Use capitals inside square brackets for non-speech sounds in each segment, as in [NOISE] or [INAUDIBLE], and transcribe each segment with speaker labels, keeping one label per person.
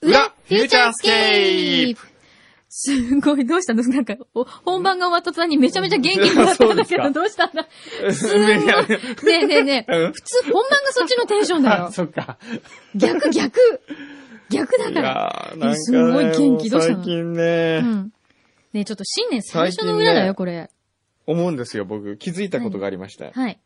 Speaker 1: フューチャースケープ
Speaker 2: すごい、どうしたのなんか、お本番が終わった途端にめちゃめちゃ元気になったん
Speaker 1: [LAUGHS]
Speaker 2: だけ
Speaker 1: そ
Speaker 2: ど、
Speaker 1: う
Speaker 2: どうしたんだね
Speaker 1: すんいやいや
Speaker 2: えねえね
Speaker 1: うん
Speaker 2: え、普通、本番がそっちのテンション
Speaker 1: [LAUGHS]
Speaker 2: だ
Speaker 1: あ、
Speaker 2: よ。
Speaker 1: そっか。
Speaker 2: 逆、逆。逆だ
Speaker 1: い
Speaker 2: から。
Speaker 1: やーなんか、ね、
Speaker 2: すごい元気どうしたの
Speaker 1: もう最近ね、
Speaker 2: うん。ねえちょっと新年最初の
Speaker 1: 最近ね
Speaker 2: 裏だよ、これ。
Speaker 1: 思うんですよ、僕。気づいたことがありました。
Speaker 2: はい。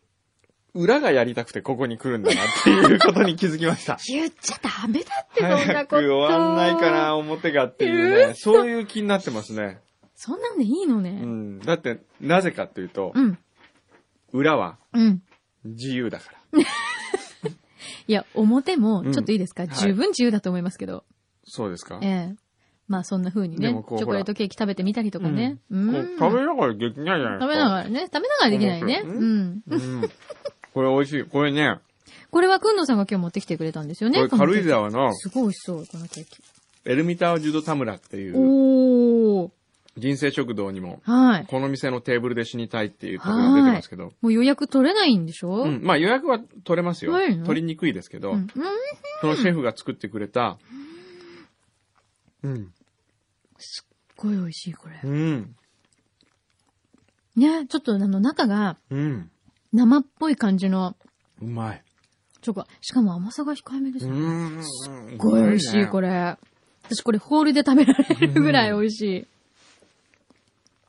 Speaker 1: 裏がやりたくてここに来るんだなっていうことに気づきました。
Speaker 2: 言っちゃダメだって、そん
Speaker 1: [LAUGHS]
Speaker 2: な
Speaker 1: 早
Speaker 2: こ
Speaker 1: く
Speaker 2: と。
Speaker 1: 終わんないかな、。表がっていうね。そういう気になってますね。
Speaker 2: そんなんでいいの
Speaker 1: う
Speaker 2: ね。
Speaker 1: ん。だって、なぜかっていうと
Speaker 2: う、ん。
Speaker 1: 裏は
Speaker 2: うん。
Speaker 1: 自由だから。
Speaker 2: いや、表も
Speaker 1: うん、
Speaker 2: ちょっといいですか、
Speaker 1: はい
Speaker 2: 十分自由だと思いますけど。
Speaker 1: そうですか
Speaker 2: ええまあ、そんな風にね、
Speaker 1: で
Speaker 2: チ
Speaker 1: もこう
Speaker 2: ョコレートケーキ食べてみたりとかね。
Speaker 1: こ
Speaker 2: うん。
Speaker 1: う食べながらできないじゃないですか。
Speaker 2: 食べながらね。食べながらできないね。
Speaker 1: うん
Speaker 2: うん。
Speaker 1: うん。これ美味しい。これ [LAUGHS] ね、
Speaker 2: これはくんのさんが今日持ってきてくれたんですよ
Speaker 1: こ
Speaker 2: ね。
Speaker 1: れ軽井
Speaker 2: このケー
Speaker 1: 沢の
Speaker 2: キすごい美味しそう、このケーキ。
Speaker 1: エルミタージュドタムラっていう
Speaker 2: おー。
Speaker 1: 人生食堂にも、
Speaker 2: はい。
Speaker 1: この店のテーブルで死にたいっていうところが出てますけど、
Speaker 2: もう予約取れないんでしょ
Speaker 1: うん。まあ予約は取れますよ
Speaker 2: 取れる。の
Speaker 1: 取りにくいですけど、
Speaker 2: うん。
Speaker 1: そのシェフが作ってくれた、うん。
Speaker 2: すごい美味しい、これ。
Speaker 1: うん。
Speaker 2: ね、ちょっとあの中が
Speaker 1: うん。
Speaker 2: 生っぽい感じの
Speaker 1: うまい。
Speaker 2: チョコ。しかも甘さが控えめです
Speaker 1: う
Speaker 2: ね。
Speaker 1: ん。す
Speaker 2: すごい美味しい、こ
Speaker 1: れ。
Speaker 2: れ。私これホールで食べられるぐらい美味しい。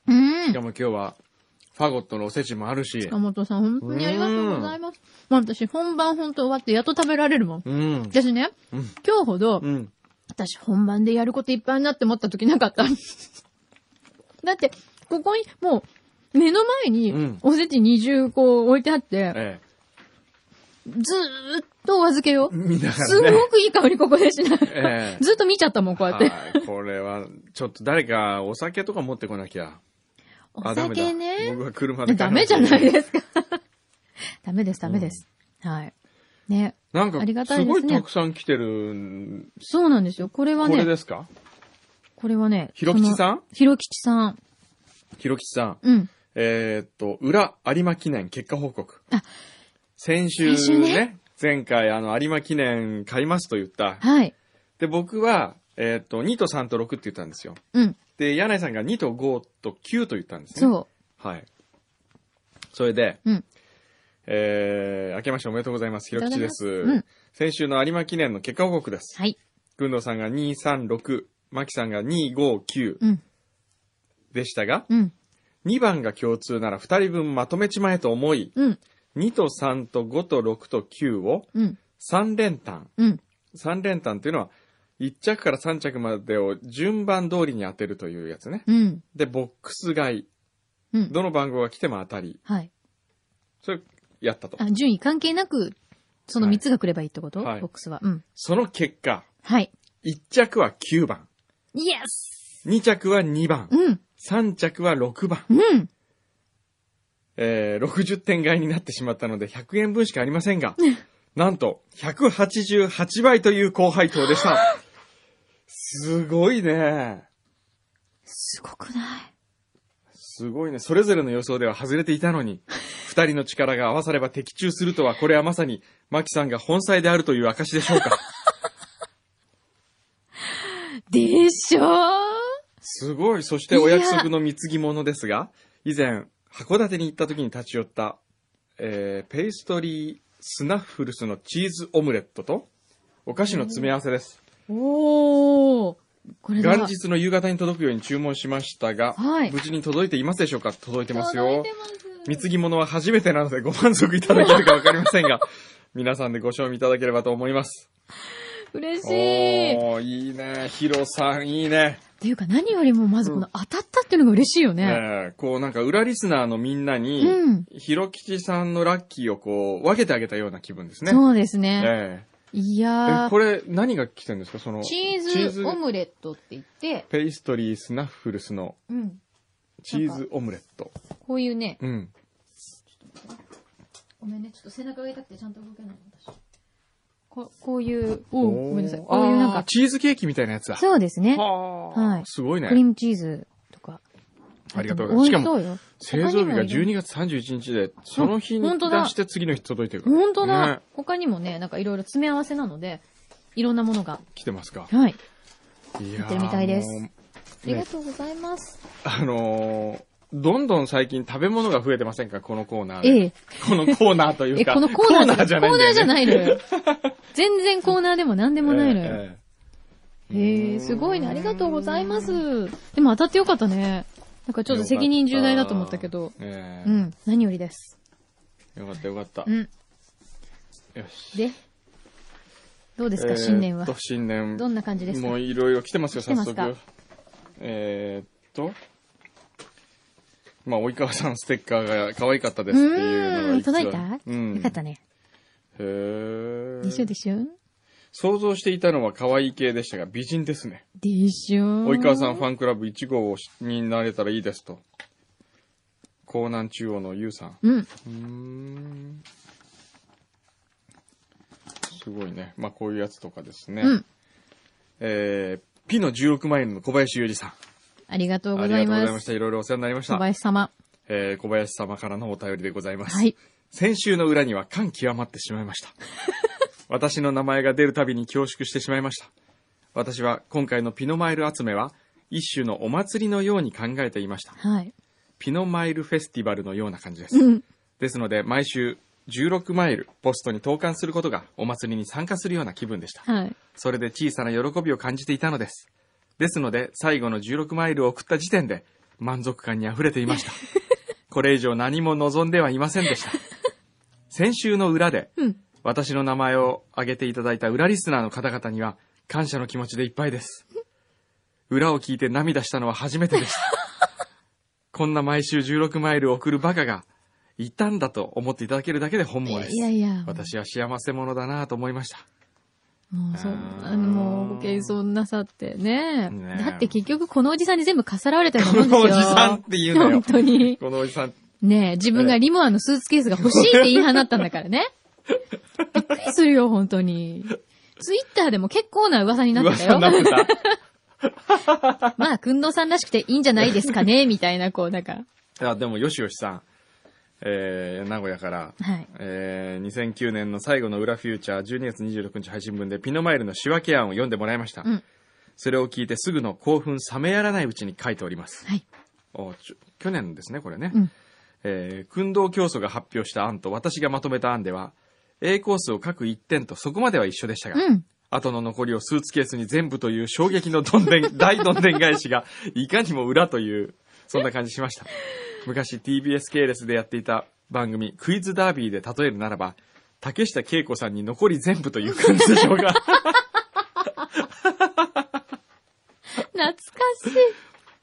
Speaker 2: うん
Speaker 1: しか。も今日は、ファゴットのおせちもあるし、
Speaker 2: 塚本さん、本当にありがとうございます。まあ私、本番本当終わってやっと食べられるもん。
Speaker 1: うん。
Speaker 2: 私ね、
Speaker 1: うん
Speaker 2: 今日ほど
Speaker 1: う、ん。
Speaker 2: 私本番でやることいっぱいになって思った時なかった。 [LAUGHS] だって、ここに、もう、目の前
Speaker 1: う
Speaker 2: に
Speaker 1: ん、
Speaker 2: おせち20個置いてあって、
Speaker 1: ええ。
Speaker 2: ずーっとお預けよ。
Speaker 1: 見ながらね。
Speaker 2: すごくいい香りここで
Speaker 1: [LAUGHS]
Speaker 2: しない。
Speaker 1: ええ
Speaker 2: ずっと見 [LAUGHS] ちゃったもん、こうやって。
Speaker 1: はいこれは、ちょっと誰かお酒とか持ってこなきゃ。
Speaker 2: お
Speaker 1: あダメだ
Speaker 2: 酒ね。
Speaker 1: 僕は車で帰ら
Speaker 2: ダメ
Speaker 1: き
Speaker 2: じゃ
Speaker 1: け
Speaker 2: な
Speaker 1: [LAUGHS]
Speaker 2: いですか。ダメです、ダメです。はい。ね。
Speaker 1: なん
Speaker 2: あり
Speaker 1: か、
Speaker 2: が
Speaker 1: す
Speaker 2: たいです
Speaker 1: ご
Speaker 2: ね
Speaker 1: いたくさん来てるん、
Speaker 2: そうなんですよ。これは
Speaker 1: こ
Speaker 2: ね、
Speaker 1: れ
Speaker 2: これ
Speaker 1: ですか
Speaker 2: はね、
Speaker 1: ひろきち
Speaker 2: ん
Speaker 1: さん
Speaker 2: ひろきちさん。
Speaker 1: ひろきちさん。
Speaker 2: うん。
Speaker 1: えーっと、裏有馬記念結果報告
Speaker 2: あ。
Speaker 1: 先週
Speaker 2: 先週
Speaker 1: ね
Speaker 2: ね、
Speaker 1: 前回あの有馬記念買いますと言った。
Speaker 2: はい。
Speaker 1: で、僕は、えーっと、2と3と6って言ったんですよ。
Speaker 2: うん。
Speaker 1: で、柳井さんが2と5と9と言ったんですね。
Speaker 2: そ
Speaker 1: はい。それで、
Speaker 2: うん
Speaker 1: えー、明けましておめでとうございます。ひろきちです。
Speaker 2: う。うん。
Speaker 1: 先週の有馬記念の結果報告です。
Speaker 2: はい。
Speaker 1: くんどうさんが236、まきさんが259
Speaker 2: うん。
Speaker 1: でしたが、
Speaker 2: うん。
Speaker 1: 2番が共通なら2人分まとめちまえと思い、
Speaker 2: うん。
Speaker 1: 2と3と5と6と9を
Speaker 2: うん。
Speaker 1: 3連単。
Speaker 2: うん。
Speaker 1: 3連単というのは、1着から3着までを順番通りに当てるというやつね。
Speaker 2: うん。
Speaker 1: で、ボックス買い。
Speaker 2: うん。
Speaker 1: どの番号が来ても当たり。
Speaker 2: はい。
Speaker 1: それ、やったと。
Speaker 2: あ、順位関係なく、その
Speaker 1: はい
Speaker 2: 3つが来ればいいってこと、
Speaker 1: はい
Speaker 2: ボックスは。うん。
Speaker 1: その結果、
Speaker 2: はい。
Speaker 1: 1着は9番、
Speaker 2: イエス
Speaker 1: 2着は2番、
Speaker 2: うん。
Speaker 1: 3着は6番。
Speaker 2: うん。
Speaker 1: えー60点買いになってしまったので100円分しかありませんが、なんと188倍という高配当でした。すごいね。
Speaker 2: すごくない
Speaker 1: すごいね。それぞれの予想では外れていたのに、二人の力が合わされば的中するとは、これはまさに、マキさんが本妻であるという証でしょうか。
Speaker 2: でしょー
Speaker 1: すごい。そしてお約束の貢ぎ物ですが、以前、函館に行った時に立ち寄った、えー、ペイストリースナッフルスのチーズオムレットと、お菓子の詰め合わせです。
Speaker 2: おー。これだ。
Speaker 1: 元日の夕方に届くように注文しましたが、
Speaker 2: はい
Speaker 1: 無事に届いていますでしょうか届いてますよ
Speaker 2: 届い。てます
Speaker 1: 貢ぎ物は初めてなのでご満足いただけるかわかりませんが、 [LAUGHS] 皆さんでご賞味いただければと思います。
Speaker 2: 嬉しい。っ
Speaker 1: おー、いいね。ヒロさん、いいね。
Speaker 2: ていうか何よりもまずこの当たったっていうのが嬉しいよね。
Speaker 1: ねえこうなんか裏リスナーのみんな
Speaker 2: う
Speaker 1: に、
Speaker 2: ん。
Speaker 1: ヒロキチさんのラッキーをこう、分けてあげたような気分ですね。
Speaker 2: そうですね。
Speaker 1: えええ
Speaker 2: いや
Speaker 1: こ
Speaker 2: ー。
Speaker 1: れ、何が来てるんですかその、
Speaker 2: チ
Speaker 1: チ
Speaker 2: ー
Speaker 1: ー
Speaker 2: ズ
Speaker 1: ズ
Speaker 2: オムレットって言って、
Speaker 1: ペイストリースナッフルスの
Speaker 2: うん。
Speaker 1: チーズオムレット。
Speaker 2: こういうね、
Speaker 1: うん。
Speaker 2: ごめんね、ちょっと背中が痛くてちゃんと動けない私。ここういう、お
Speaker 1: おー
Speaker 2: うごめんなさい。こういうなん
Speaker 1: あー
Speaker 2: か、
Speaker 1: チーズケーキみたいなやつだ。
Speaker 2: そうですね。
Speaker 1: はあ
Speaker 2: はい
Speaker 1: すごいね
Speaker 2: ク。リームチーズとか。
Speaker 1: ありがとうございます
Speaker 2: 美味しそうよ。
Speaker 1: 製造日が
Speaker 2: 他にもいろい
Speaker 1: 12月31日で、その日に
Speaker 2: 本
Speaker 1: 出
Speaker 2: 当だ
Speaker 1: して次の日届いてるから。
Speaker 2: 本当だ、
Speaker 1: ね
Speaker 2: 他にもね、なんかいろいろ詰め合わせなので、いろんなものが。
Speaker 1: 来てますか。
Speaker 2: はい。
Speaker 1: や
Speaker 2: やってるみたいです
Speaker 1: もうね
Speaker 2: ありがとうございます。
Speaker 1: あのーどんどん最近食べ物が増えてませんかこのコーナーで。
Speaker 2: ええ。
Speaker 1: このコーナーという
Speaker 2: え、
Speaker 1: か。
Speaker 2: このコーナー
Speaker 1: じゃないんだよね。
Speaker 2: ないのよ。全然コーナーでも何でもないのよ。
Speaker 1: ええ
Speaker 2: へえ、すごいね。ありがとうございます。でも当たってよかったね。なんかちょっと責任重大だと思ったけど。。
Speaker 1: ええ
Speaker 2: うん、何よりです。
Speaker 1: よかったよかった。
Speaker 2: うん。
Speaker 1: よし。
Speaker 2: で、どうですか、
Speaker 1: えーっと
Speaker 2: 新年は。
Speaker 1: 新年。
Speaker 2: どんな感じですか
Speaker 1: もういろいろ来てますよ、
Speaker 2: 来て
Speaker 1: 早
Speaker 2: ますか
Speaker 1: 速。えーっと。まあ、及川さんステッカーが可愛かったですっていうのが
Speaker 2: うーん
Speaker 1: 一番
Speaker 2: 届いた
Speaker 1: うん。
Speaker 2: よかったね。
Speaker 1: へー
Speaker 2: でしょでしょ
Speaker 1: 想像していたのは可愛い系でしたが、美人ですね。
Speaker 2: でしょ
Speaker 1: 及川さんファンクラブ1号になれたらいいですと。江南中央のゆうさん。
Speaker 2: うん。
Speaker 1: うーん。すごいね。まあ、こういうやつとかですね。
Speaker 2: うん。
Speaker 1: えー、ピの16万円の小林ゆりさん。
Speaker 2: ありがとう
Speaker 1: あ
Speaker 2: ご
Speaker 1: り
Speaker 2: ざ
Speaker 1: が
Speaker 2: い
Speaker 1: とうござい
Speaker 2: ま。
Speaker 1: ますした。いろいろお世話になりまし
Speaker 2: 小
Speaker 1: た。
Speaker 2: 林様。
Speaker 1: えー、小林様からのお便りでございます。
Speaker 2: はい。
Speaker 1: 先週の裏には感極まってしまいま
Speaker 2: [LAUGHS]
Speaker 1: した。私の名前が出るたびに恐縮してしまいました。私は今回のピノマイル集めは一種のお祭りのように考えていました。
Speaker 2: はい。
Speaker 1: ピノマイルフェスティバルのような感じです。
Speaker 2: うん。
Speaker 1: ですので毎週16マイルポストに投函することがお祭りに参加するような気分でした。
Speaker 2: はい。
Speaker 1: それで小さな喜びを感じていたのです。ですので、最後の16マイルを送った時点で、満足感に溢れていま
Speaker 2: [LAUGHS]
Speaker 1: した。これ以上何も望んではいませんでした。先週の裏で、
Speaker 2: うん。
Speaker 1: 私の名前を挙げていただいた裏リスナーの方々には、感謝の気持ちでいっぱいです。裏を聞いて涙したのは初めてで
Speaker 2: [LAUGHS]
Speaker 1: した。こんな毎週16マイルを送るバカが、いたんだと思っていただけるだけで本望です。
Speaker 2: いやいや。
Speaker 1: 私は幸せ者だなぁと思いました。
Speaker 2: もうそん
Speaker 1: あー
Speaker 2: な、もうご謙遜なさってね。
Speaker 1: ねえ
Speaker 2: だって結局このおじさんに全部かさらわれたようなも
Speaker 1: こ
Speaker 2: ん
Speaker 1: の
Speaker 2: ですよ。
Speaker 1: おじさんっていうのよ
Speaker 2: 本。当に。
Speaker 1: このおじさん。 [LAUGHS]
Speaker 2: ねえ、自分がリモアのスーツケースが欲しいって言い放ったんだからね。びっくりするよ、本当に。ツイッターでも結構な噂になってた
Speaker 1: 噂
Speaker 2: よ
Speaker 1: に。なってた。
Speaker 2: まあ、くんどうさんらしくていいんじゃないです
Speaker 1: [LAUGHS]
Speaker 2: かね、みたいな、こう、なんか。
Speaker 1: い [LAUGHS] や、でも、よしよしさん、えー、名古屋から、
Speaker 2: はい。
Speaker 1: えー、2009年の最後の裏フューチャー12月26日配信分でピノマイルの仕分け案を読んでもらいました。
Speaker 2: うん
Speaker 1: それを聞いてすぐの興奮冷めやらないうちに書いております。
Speaker 2: はい。
Speaker 1: おちょ去年ですね、これね。
Speaker 2: うん
Speaker 1: えー、訓導教祖が発表した案と私がまとめた案では、A コースを各1点とそこまでは一緒でしたが、
Speaker 2: うん。
Speaker 1: 後の残りをスーツケースに全部という衝撃のどんでん、大どんでん返しが、いかにも裏という、そんな感じしました。昔 TBS 系列でやっていた番組、クイズダービーで例えるならば、竹下恵子さんに残り全部という感じでしょうか。
Speaker 2: 懐かしい。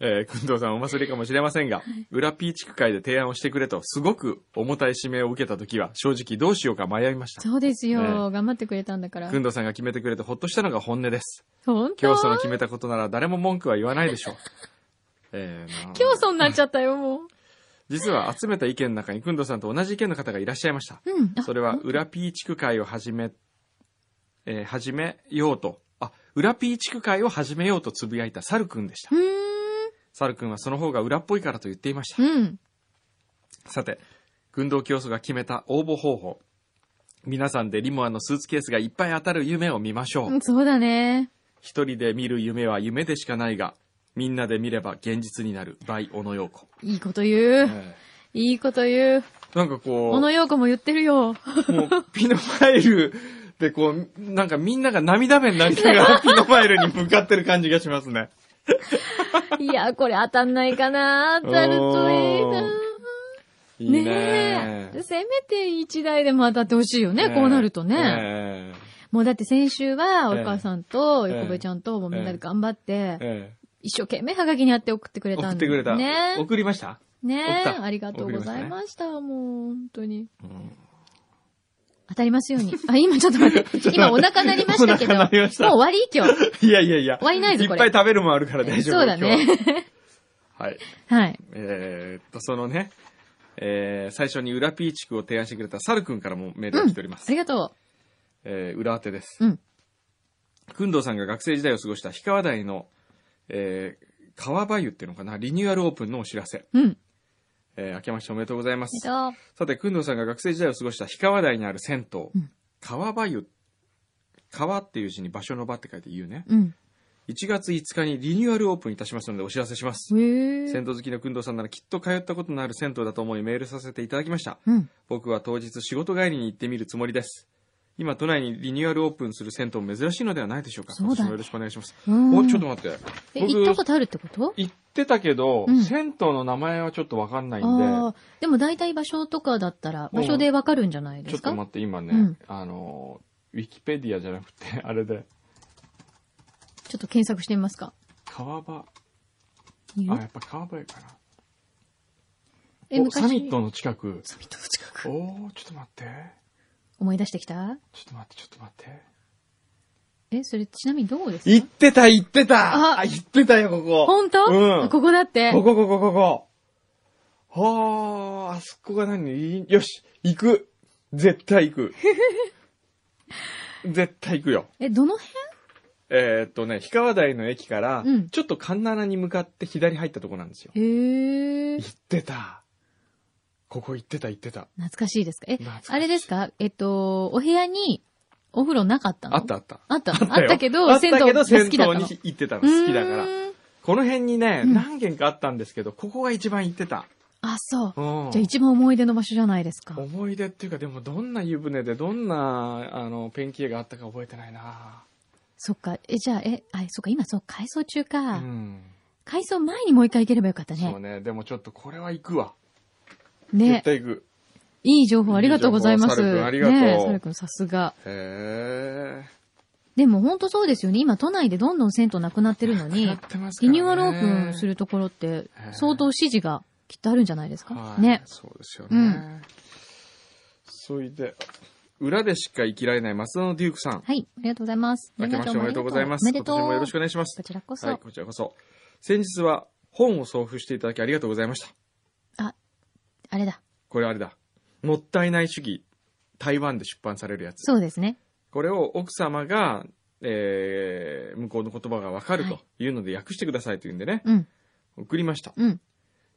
Speaker 1: えー、くんどうさんお祭りかもしれませんが、裏ピーチ区会で提案をしてくれと、すごく重たい指名を受けた時は、正直どうしようか迷いました。
Speaker 2: そうですよ、
Speaker 1: ね
Speaker 2: 頑張ってくれたんだから
Speaker 1: く。んどうさんが決めてくれてほっとしたのが本音です。
Speaker 2: 本
Speaker 1: 今
Speaker 2: 当
Speaker 1: 日その決めたことなら誰も文句は言わないでしょう。えー
Speaker 2: [LAUGHS]
Speaker 1: まあ
Speaker 2: 競争になっちゃったよ、もう。
Speaker 1: 実は集めた意見の中に、くんどさんと同じ意見の方がいらっしゃいました。
Speaker 2: うん。あ
Speaker 1: それは、裏ピー地区会を始め、えー始めようと、あ、裏ピー地区会を始めようとつぶやいたサルくんでした
Speaker 2: う。ー
Speaker 1: サルくんはその方が裏っぽいからと言っていました。
Speaker 2: ん。うん。
Speaker 1: さて、軍道教祖が決めた応募方法。皆さんでリモアのスーツケースがいっぱい当たる夢を見ましょう。
Speaker 2: うんそうだね。
Speaker 1: 一人で見る夢は夢でしかないが、みんなで見れば現実になる。by 小野陽
Speaker 2: [LAUGHS]
Speaker 1: 子。
Speaker 2: いいこと言う。
Speaker 1: え
Speaker 2: いいこと言う。
Speaker 1: ーなんかこう。
Speaker 2: 小野洋子も言って
Speaker 1: [LAUGHS]
Speaker 2: る
Speaker 1: もう、
Speaker 2: よ。
Speaker 1: ピノマイルでこう、なんかみんなが涙目になりなが
Speaker 2: [LAUGHS]
Speaker 1: らピノマイルに向かってる感じがしますね。
Speaker 2: いや、これ当たんないかな。当たるといいな。
Speaker 1: いい
Speaker 2: ね
Speaker 1: ね
Speaker 2: え。せめて一台でも当たってほしいよね、こうなるとね。
Speaker 1: え
Speaker 2: もうだって先週は、お
Speaker 1: ええ
Speaker 2: 母さんと、
Speaker 1: ええ
Speaker 2: 横部ちゃんと、もうみんなで頑張って
Speaker 1: え、え
Speaker 2: 一生懸命ハガキにやって送ってく
Speaker 1: え
Speaker 2: れた
Speaker 1: 送っ
Speaker 2: ん
Speaker 1: て
Speaker 2: だ
Speaker 1: くれ
Speaker 2: よ
Speaker 1: た。
Speaker 2: ね。
Speaker 1: 送りました、
Speaker 2: ね
Speaker 1: 送った
Speaker 2: ありがとうございました。もう、本当に。
Speaker 1: うん
Speaker 2: 当たりますように。あ、今ちょっと待
Speaker 1: [LAUGHS]
Speaker 2: って。今お腹鳴りましたけど。
Speaker 1: お
Speaker 2: も
Speaker 1: 腹鳴
Speaker 2: う
Speaker 1: りました
Speaker 2: 終わり今日。
Speaker 1: いやいやいや。
Speaker 2: 終わりないぞこれ
Speaker 1: いっぱい食べるもんあるから大丈夫。
Speaker 2: [LAUGHS] そうだね
Speaker 1: 今日は。はい。
Speaker 2: はい。
Speaker 1: えーっと、そのね、えー、最初に裏ピーチクを提案してくれたサル君からもメールが来ております。
Speaker 2: ありがと
Speaker 1: えー裏当てです。
Speaker 2: う。うん。
Speaker 1: くんどうさんが学生時代を過ごした氷川台の、えー、川場湯っていうのかな、リニューアルオープンのお知らせ。
Speaker 2: うん。
Speaker 1: えー、明けましておめでとうございま
Speaker 2: えっ
Speaker 1: す。
Speaker 2: と、
Speaker 1: さて、くんどうさんが学生時代を過ごした氷川台にある銭湯、
Speaker 2: うん
Speaker 1: 川場湯、川っていう字に場所の場って書いて言うね。
Speaker 2: うん。
Speaker 1: 1月5日にリニューアルオープンいたしますのでお知らせします。
Speaker 2: へ
Speaker 1: 銭
Speaker 2: え。
Speaker 1: 湯好きのくんどうさんならきっと通ったことのある銭湯だと思いメールさせていただきました。
Speaker 2: うん。
Speaker 1: 僕は当日仕事帰りに行ってみるつもりです。今、都内にリニューアルオープンする銭湯珍しいのではないでしょうか。
Speaker 2: そうだね
Speaker 1: 今年もよろしくお願いします。
Speaker 2: うん
Speaker 1: お、ちょっと待って。
Speaker 2: え、
Speaker 1: 僕
Speaker 2: 行ったことあるってこと
Speaker 1: 行ってたけど、
Speaker 2: うん
Speaker 1: 銭湯の名前はちょっとわかんないんで、
Speaker 2: ああ。でも大体場所とかだったら、
Speaker 1: うん
Speaker 2: 場所でわかるんじゃないで
Speaker 1: ちょ
Speaker 2: す
Speaker 1: っと
Speaker 2: か
Speaker 1: 待って、今ね、
Speaker 2: うん
Speaker 1: あの、ウィキペディアじゃなくて、 [LAUGHS] あれで、
Speaker 2: ちょっと検索してみますか。
Speaker 1: 川場、
Speaker 2: いる
Speaker 1: あ、やっぱ川場やか
Speaker 2: え、
Speaker 1: な。お
Speaker 2: 昔。
Speaker 1: サミットの近く。
Speaker 2: サミットの近く。
Speaker 1: おー、ちょっと待って。
Speaker 2: 思い出してきた
Speaker 1: ちょっと待って、ちょっと待って。
Speaker 2: え、それちなみにどこです
Speaker 1: 行っ
Speaker 2: か
Speaker 1: てた、行ってた
Speaker 2: あ
Speaker 1: あ、行ってたよ、ここ。
Speaker 2: 本当
Speaker 1: うん
Speaker 2: あここだって。
Speaker 1: ここ、ここ、ここ。はあ、あそこが何いよし、行く。絶対行く。
Speaker 2: [LAUGHS]
Speaker 1: 絶対行くよ。
Speaker 2: え、どの辺
Speaker 1: えーっとね、氷川台の駅から
Speaker 2: うん、
Speaker 1: ちょっと神奈に向かって左入ったとこなんですよ。
Speaker 2: へえ。
Speaker 1: 行ってた。ここ行ってた、行ってた。
Speaker 2: 懐かしいですかえ
Speaker 1: 懐かしい
Speaker 2: あれですかえっと、お部屋にお風呂なかったの
Speaker 1: あったあった。
Speaker 2: あった
Speaker 1: よ
Speaker 2: あったけ
Speaker 1: あ
Speaker 2: ど、
Speaker 1: った
Speaker 2: 銭湯
Speaker 1: け
Speaker 2: が
Speaker 1: ど、
Speaker 2: 好
Speaker 1: 銭
Speaker 2: き
Speaker 1: 湯
Speaker 2: だったの。
Speaker 1: に行ってたの。好きだか
Speaker 2: う
Speaker 1: ら。
Speaker 2: ーん
Speaker 1: この辺にね、
Speaker 2: うん
Speaker 1: 何軒かあったんですけど、ここが一番行ってた。
Speaker 2: あ、そう。
Speaker 1: うん
Speaker 2: じゃあ一番思い出の場所じゃないですか。
Speaker 1: 思い出っていうか、でもどんな湯船で、どんな、あの、ペンキ絵があったか覚えてないな
Speaker 2: そっか。え、じゃあ、え、あ、そっか、今そう、改装中
Speaker 1: う
Speaker 2: か。
Speaker 1: ん。
Speaker 2: 改装前にもう一回行ければよかった
Speaker 1: そう
Speaker 2: ね。
Speaker 1: ね。でもちょっとこれは行くわ。絶
Speaker 2: ね。
Speaker 1: 対行く。
Speaker 2: いい情報ありがとうございます。
Speaker 1: いい情報サル君ありがとう
Speaker 2: ねえサル君さすが。
Speaker 1: へ
Speaker 2: でも本当そうですよね。今都内でどんどん銭湯なくなってるの
Speaker 1: え。 [LAUGHS]
Speaker 2: に、
Speaker 1: てます
Speaker 2: リニューアルオープンす
Speaker 1: る
Speaker 2: るところって
Speaker 1: え
Speaker 2: 相当支持がきっとあるんじゃないですか。
Speaker 1: はい
Speaker 2: ね。
Speaker 1: そうですよ
Speaker 2: う
Speaker 1: ね
Speaker 2: ん。
Speaker 1: そいで、裏でしか生きられない松田のデュークさん。
Speaker 2: はい。ありがとうございます。
Speaker 1: 明けましておめでとうございます。
Speaker 2: おめでとう。
Speaker 1: 今年もよろしく
Speaker 2: こ
Speaker 1: お願いします。
Speaker 2: ちらこそ、
Speaker 1: はい、こちらこそ。先日は本を送付していただきありがとうございました。
Speaker 2: あれだ。
Speaker 1: これあれだ。もったいない主義。台湾で出版されるやつ。
Speaker 2: そうですね。
Speaker 1: これを奥様が、えー、向こうの言葉がわかると
Speaker 2: は
Speaker 1: いうので訳してくださいというんでね、
Speaker 2: うん。
Speaker 1: 送りました。
Speaker 2: うん。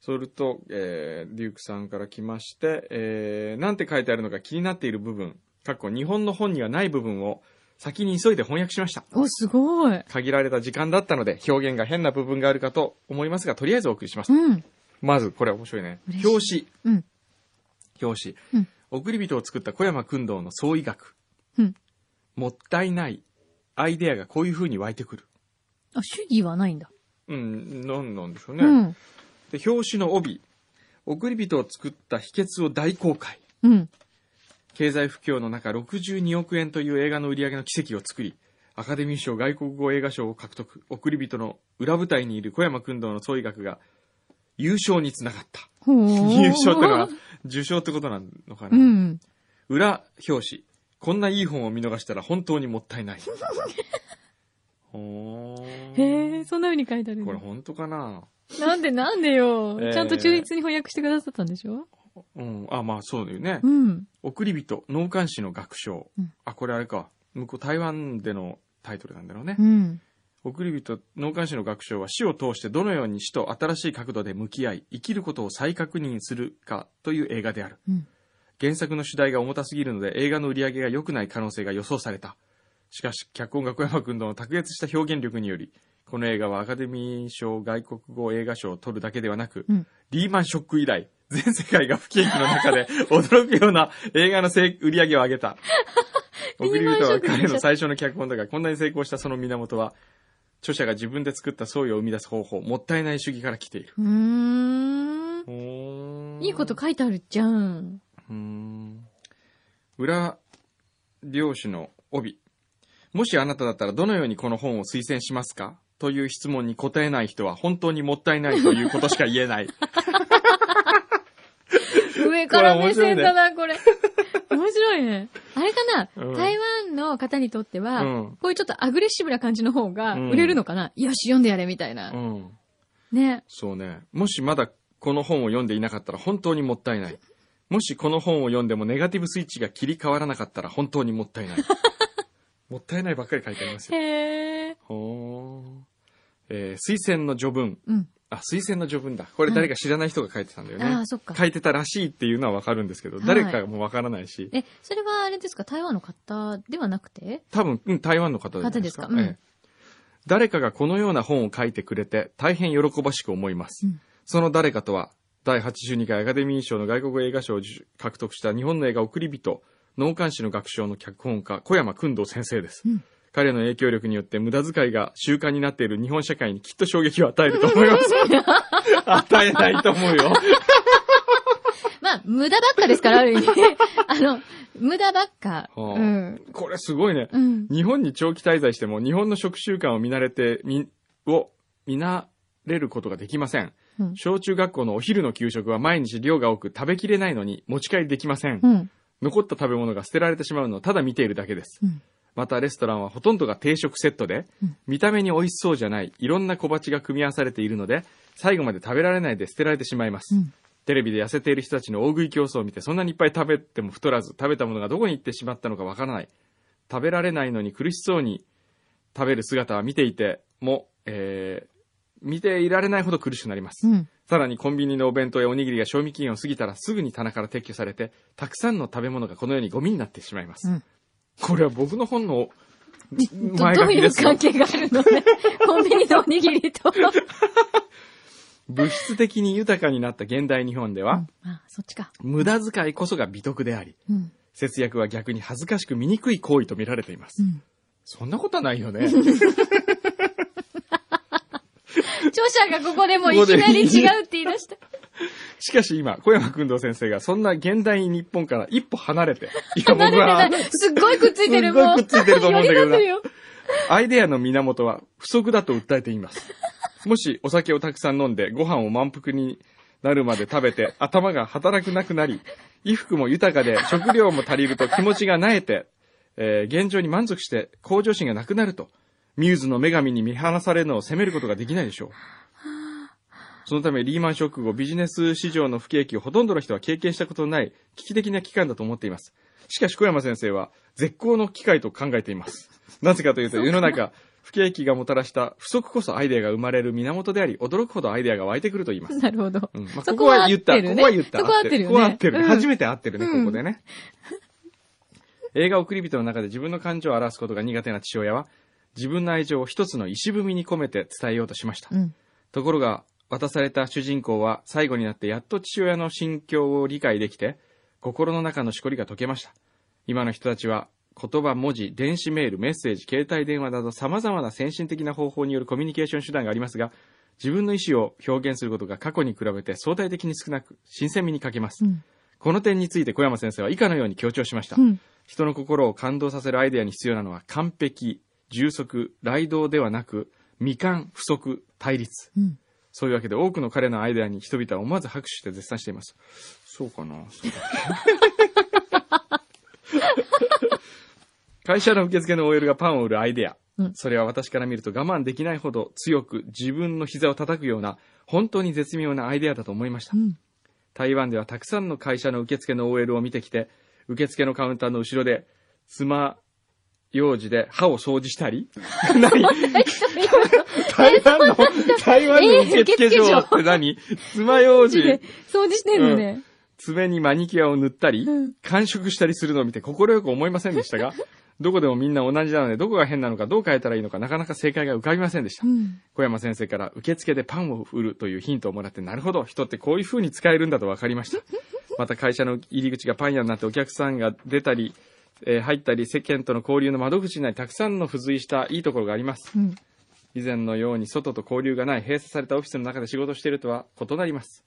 Speaker 1: それと、えー、リュークさんから来まして、えー、なんて書いてあるのか気になっている部分、かっこ日本の本にはない部分を先に急いで翻訳しました。
Speaker 2: お、すごい。
Speaker 1: 限られた時間だったので表現が変な部分があるかと思いますが、とりあえずお送りします。
Speaker 2: うん。
Speaker 1: まず、これ面白いね
Speaker 2: 嬉。しい
Speaker 1: 表紙。
Speaker 2: うん。
Speaker 1: 表紙、
Speaker 2: うん
Speaker 1: 送り人を作った小山君堂の創意学、
Speaker 2: うん
Speaker 1: もったいないアイデアがこういう風に湧いてくる
Speaker 2: あ、主義はないんだ。
Speaker 1: うんなんなんでしょうね、
Speaker 2: うん。
Speaker 1: で表紙の帯送り人を作った秘訣を大公開
Speaker 2: うん。
Speaker 1: 経済不況の中62億円という映画の売り上げの奇跡を作りアカデミー賞外国語映画賞を獲得送り人の裏舞台にいる小山君堂の創意学が優勝につながった
Speaker 2: ほー
Speaker 1: 優勝ってのは受賞ってことなのかな、
Speaker 2: うん。
Speaker 1: 裏表紙。こんないい本を見逃したら本当にもったい
Speaker 2: [LAUGHS]
Speaker 1: ない。ほ
Speaker 2: へ
Speaker 1: ー
Speaker 2: え、そんな風に書いてあるん
Speaker 1: こ
Speaker 2: だ
Speaker 1: れ本当かな
Speaker 2: なんでなんでよ
Speaker 1: えー。
Speaker 2: ちゃんと忠実に翻訳してくださったんでしょ
Speaker 1: うん。あ、まあそうだよね
Speaker 2: う。ん。
Speaker 1: 送り人、納棺師の学章
Speaker 2: うん。
Speaker 1: あ、これあれか。向こう台湾でのタイトルなんだろうね
Speaker 2: う。ん。
Speaker 1: 送り人、納棺師の学章は死を通してどのように死と新しい角度で向き合い、生きることを再確認するかという映画である。
Speaker 2: うん。
Speaker 1: 原作の主題が重たすぎるので映画の売り上げが良くない可能性が予想された。しかし、脚本が小山君との卓越した表現力により、この映画はアカデミー賞外国語映画賞を取るだけではなく、
Speaker 2: うん
Speaker 1: リーマンショック以来、全世界が不景気の中で [LAUGHS] 驚くような映画のせい売り上げを上げ
Speaker 2: [LAUGHS]
Speaker 1: た。
Speaker 2: リー
Speaker 1: 送り
Speaker 2: マン
Speaker 1: 人
Speaker 2: ショ
Speaker 1: は
Speaker 2: ック
Speaker 1: 彼の最初の脚本だが、こんなに成功したその源は、著者が自分で作った創意を生み出す方法、もったいない主義から来ている。
Speaker 2: うーん。いいこと書いてあるじゃん。
Speaker 1: うーん裏漁師の帯。もしあなただったらどのようにこの本を推薦しますかという質問に答えない人は本当にもったいないということしか言え [LAUGHS] ない。
Speaker 2: 上から目線だな、これ。面白いね。あれかな、
Speaker 1: うん
Speaker 2: 台湾の方にとっては、
Speaker 1: うん
Speaker 2: こういうちょっとアグレッシブな感じの方が
Speaker 1: うん
Speaker 2: 売れるのかな、よし、読んでやれみたいうな。
Speaker 1: ん。
Speaker 2: ね。
Speaker 1: そうね。もしまだこの本を読んでいなかったら本当にもったいない。もしこの本を読んでもネガティブスイッチが切り替わらなかったら本当にもったいない。 [LAUGHS] もったいないばっかり書いてありますよ。
Speaker 2: へえ。
Speaker 1: ほーえー推薦の序文。
Speaker 2: うん。
Speaker 1: あ、推薦の序文だ。これ誰か知らない人が書いてたんだよね。
Speaker 2: ああ、そっか。
Speaker 1: 書いてたらしいっていうのはわかるんですけど、
Speaker 2: はい
Speaker 1: 誰かもわからないし、
Speaker 2: え、それはあれですか台湾の方ではなくて
Speaker 1: 多分、うん、台湾の方じゃないですか。
Speaker 2: 方ですかうん
Speaker 1: ええ誰かがこのような本を書いてくれて大変喜ばしく思います。
Speaker 2: うん
Speaker 1: その誰かとは、第82回アカデミー賞の外国映画賞を受獲得した日本の映画送り人、農刊誌の学賞の脚本家、小山君堂先生です。
Speaker 2: うん
Speaker 1: 彼の影響力によって無駄遣いが習慣になっている日本社会にきっと衝撃を与えると思い
Speaker 2: [LAUGHS]
Speaker 1: ます。与えないと思うよ。
Speaker 2: まあ、無駄ばっかですから、ある意
Speaker 1: [LAUGHS]
Speaker 2: 味。あの、無駄ばっか。
Speaker 1: はあ
Speaker 2: うん。
Speaker 1: これすごいね。
Speaker 2: うん。
Speaker 1: 日本に長期滞在しても日本の食習慣を見慣れて、み、を見慣れることができません。
Speaker 2: うん
Speaker 1: 小中学校のお昼の給食は毎日量が多く食べきれないのに持ち帰りできません。
Speaker 2: うん。
Speaker 1: 残った食べ物が捨てられてしまうのをただ見ているだけです。
Speaker 2: うん
Speaker 1: またレストランはほとんどが定食セットで、
Speaker 2: うん
Speaker 1: 見た目に美味しそうじゃないいろんな小鉢が組み合わされているので、最後まで食べられないで捨てられてしまいます。
Speaker 2: うん
Speaker 1: テレビで痩せている人たちの大食い競争を見て、そんなにいっぱい食べても太らず、食べたものがどこに行ってしまったのかわからない。食べられないのに苦しそうに食べる姿は見ていても、えー見ていられないほど苦しくなります。
Speaker 2: うん。
Speaker 1: さらにコンビニのお弁当やおにぎりが賞味期限を過ぎたらすぐに棚から撤去されて、たくさんの食べ物がこのようにゴミになってしまいます。
Speaker 2: うん
Speaker 1: これは僕の本の
Speaker 2: ど
Speaker 1: 前
Speaker 2: ど
Speaker 1: 書
Speaker 2: う
Speaker 1: き
Speaker 2: い
Speaker 1: で
Speaker 2: う
Speaker 1: すよ
Speaker 2: 関。係がある
Speaker 1: [LAUGHS]
Speaker 2: のね。コンビニのおにぎりと。
Speaker 1: 物質的に豊かになった現代日本で
Speaker 2: う
Speaker 1: は
Speaker 2: ん、あ、そっちか。
Speaker 1: 無駄遣いこそが美徳であり、
Speaker 2: うん。
Speaker 1: 節約は逆に恥ずかしく醜い行為と見られています。
Speaker 2: うん。
Speaker 1: そんなことはないよね。
Speaker 2: 著者がここでもういきなり違うって言い出した。
Speaker 1: しかし今、小山君堂先生がそんな現代日本から一歩離れて、いや
Speaker 2: 離
Speaker 1: 僕
Speaker 2: れ
Speaker 1: は
Speaker 2: てない。すっごいくっついてる、
Speaker 1: すっ
Speaker 2: もう。
Speaker 1: ごいくっついてると思うんだけどな
Speaker 2: よ
Speaker 1: [LAUGHS]
Speaker 2: りよ
Speaker 1: アイデアの源は不足だと訴えています。もしお酒をたくさん飲んでご飯を満腹になるまで食べて頭が働くなくなり、衣服も豊かで食料も足りると気持ちがなえて、えー現状に満足して向上心がなくなると、ミューズの女神に見放されるのを責めることができないでしょう。そのためリーマンショック後ビジネス市場の不景気をほとんどの人は経験したことのない危機的な期間だと思っています。しかし小山先生は絶好の機会と考えています。なぜかというと世の中、不景気がもたらした不足こそアイデアが生まれる源であり、驚くほどアイデアが湧いてくると言います。
Speaker 2: なるほど。
Speaker 1: うんまあ
Speaker 2: そ
Speaker 1: こ
Speaker 2: こ
Speaker 1: こ
Speaker 2: は
Speaker 1: は
Speaker 2: 合
Speaker 1: 言
Speaker 2: っ
Speaker 1: った。
Speaker 2: て
Speaker 1: こ
Speaker 2: るね
Speaker 1: こは言った。
Speaker 2: そこは合ってるよね
Speaker 1: ここは合ってる
Speaker 2: うん
Speaker 1: 初めて合ってるね、
Speaker 2: うん
Speaker 1: ここでね。映画送り人の中で自分の感情を表すことが苦手な父親は、自分の愛情を一つの石踏みに込めて伝えようとしました。
Speaker 2: うん。
Speaker 1: ところが、渡された主人公は最後になってやっと父親の心境を理解できて、心の中のしこりが解けました。今の人たちは、言葉、文字、電子メール、メッセージ、携帯電話など様々な先進的な方法によるコミュニケーション手段がありますが、自分の意思を表現することが過去に比べて相対的に少なく、新鮮味に欠けます。
Speaker 2: うん
Speaker 1: この点について小山先生は以下のように強調しました。
Speaker 2: うん。
Speaker 1: 人の心を感動させるアイデアに必要なのは完璧、充足、雷道ではなく、未完、不足、対立。
Speaker 2: うん。
Speaker 1: そういうわけで多くの彼のアイデアに人々は思わず拍手して絶賛しています。そうかな [LAUGHS] そうだ会社の受付の OL がパンを売るアイデア。
Speaker 2: うん
Speaker 1: それは私から見ると我慢できないほど強く自分の膝を叩くような本当に絶妙なアイデアだと思いました
Speaker 2: う。ん。
Speaker 1: 台湾ではたくさんの会社の受付の OL を見てきて、受付のカウンターの後ろで爪楊枝で歯を掃除した [LAUGHS] り、何台湾の、台湾の受付嬢って何爪楊枝、
Speaker 2: 掃除してんのね。
Speaker 1: 爪にマニキュアを塗ったり
Speaker 2: うん、
Speaker 1: 完食したりするのを見て快く思いませんでしたが、どこでもみんな同じなので、どこが変なのか、どう変えたらいいのか、なかなか正解が浮かびませんでした
Speaker 2: う。ん。
Speaker 1: 小山先生から受付でパンを売るというヒントをもらって、なるほど、人ってこういう風に使えるんだと分かりま
Speaker 2: [LAUGHS]
Speaker 1: した。また会社の入り口がパン屋になってお客さんが出たり、えー入ったり、世間との交流の窓口になり、たくさんの付随したいいところがあります。
Speaker 2: うん。
Speaker 1: 以前のように外と交流がない閉鎖されたオフィスの中で仕事をしているとは異なります。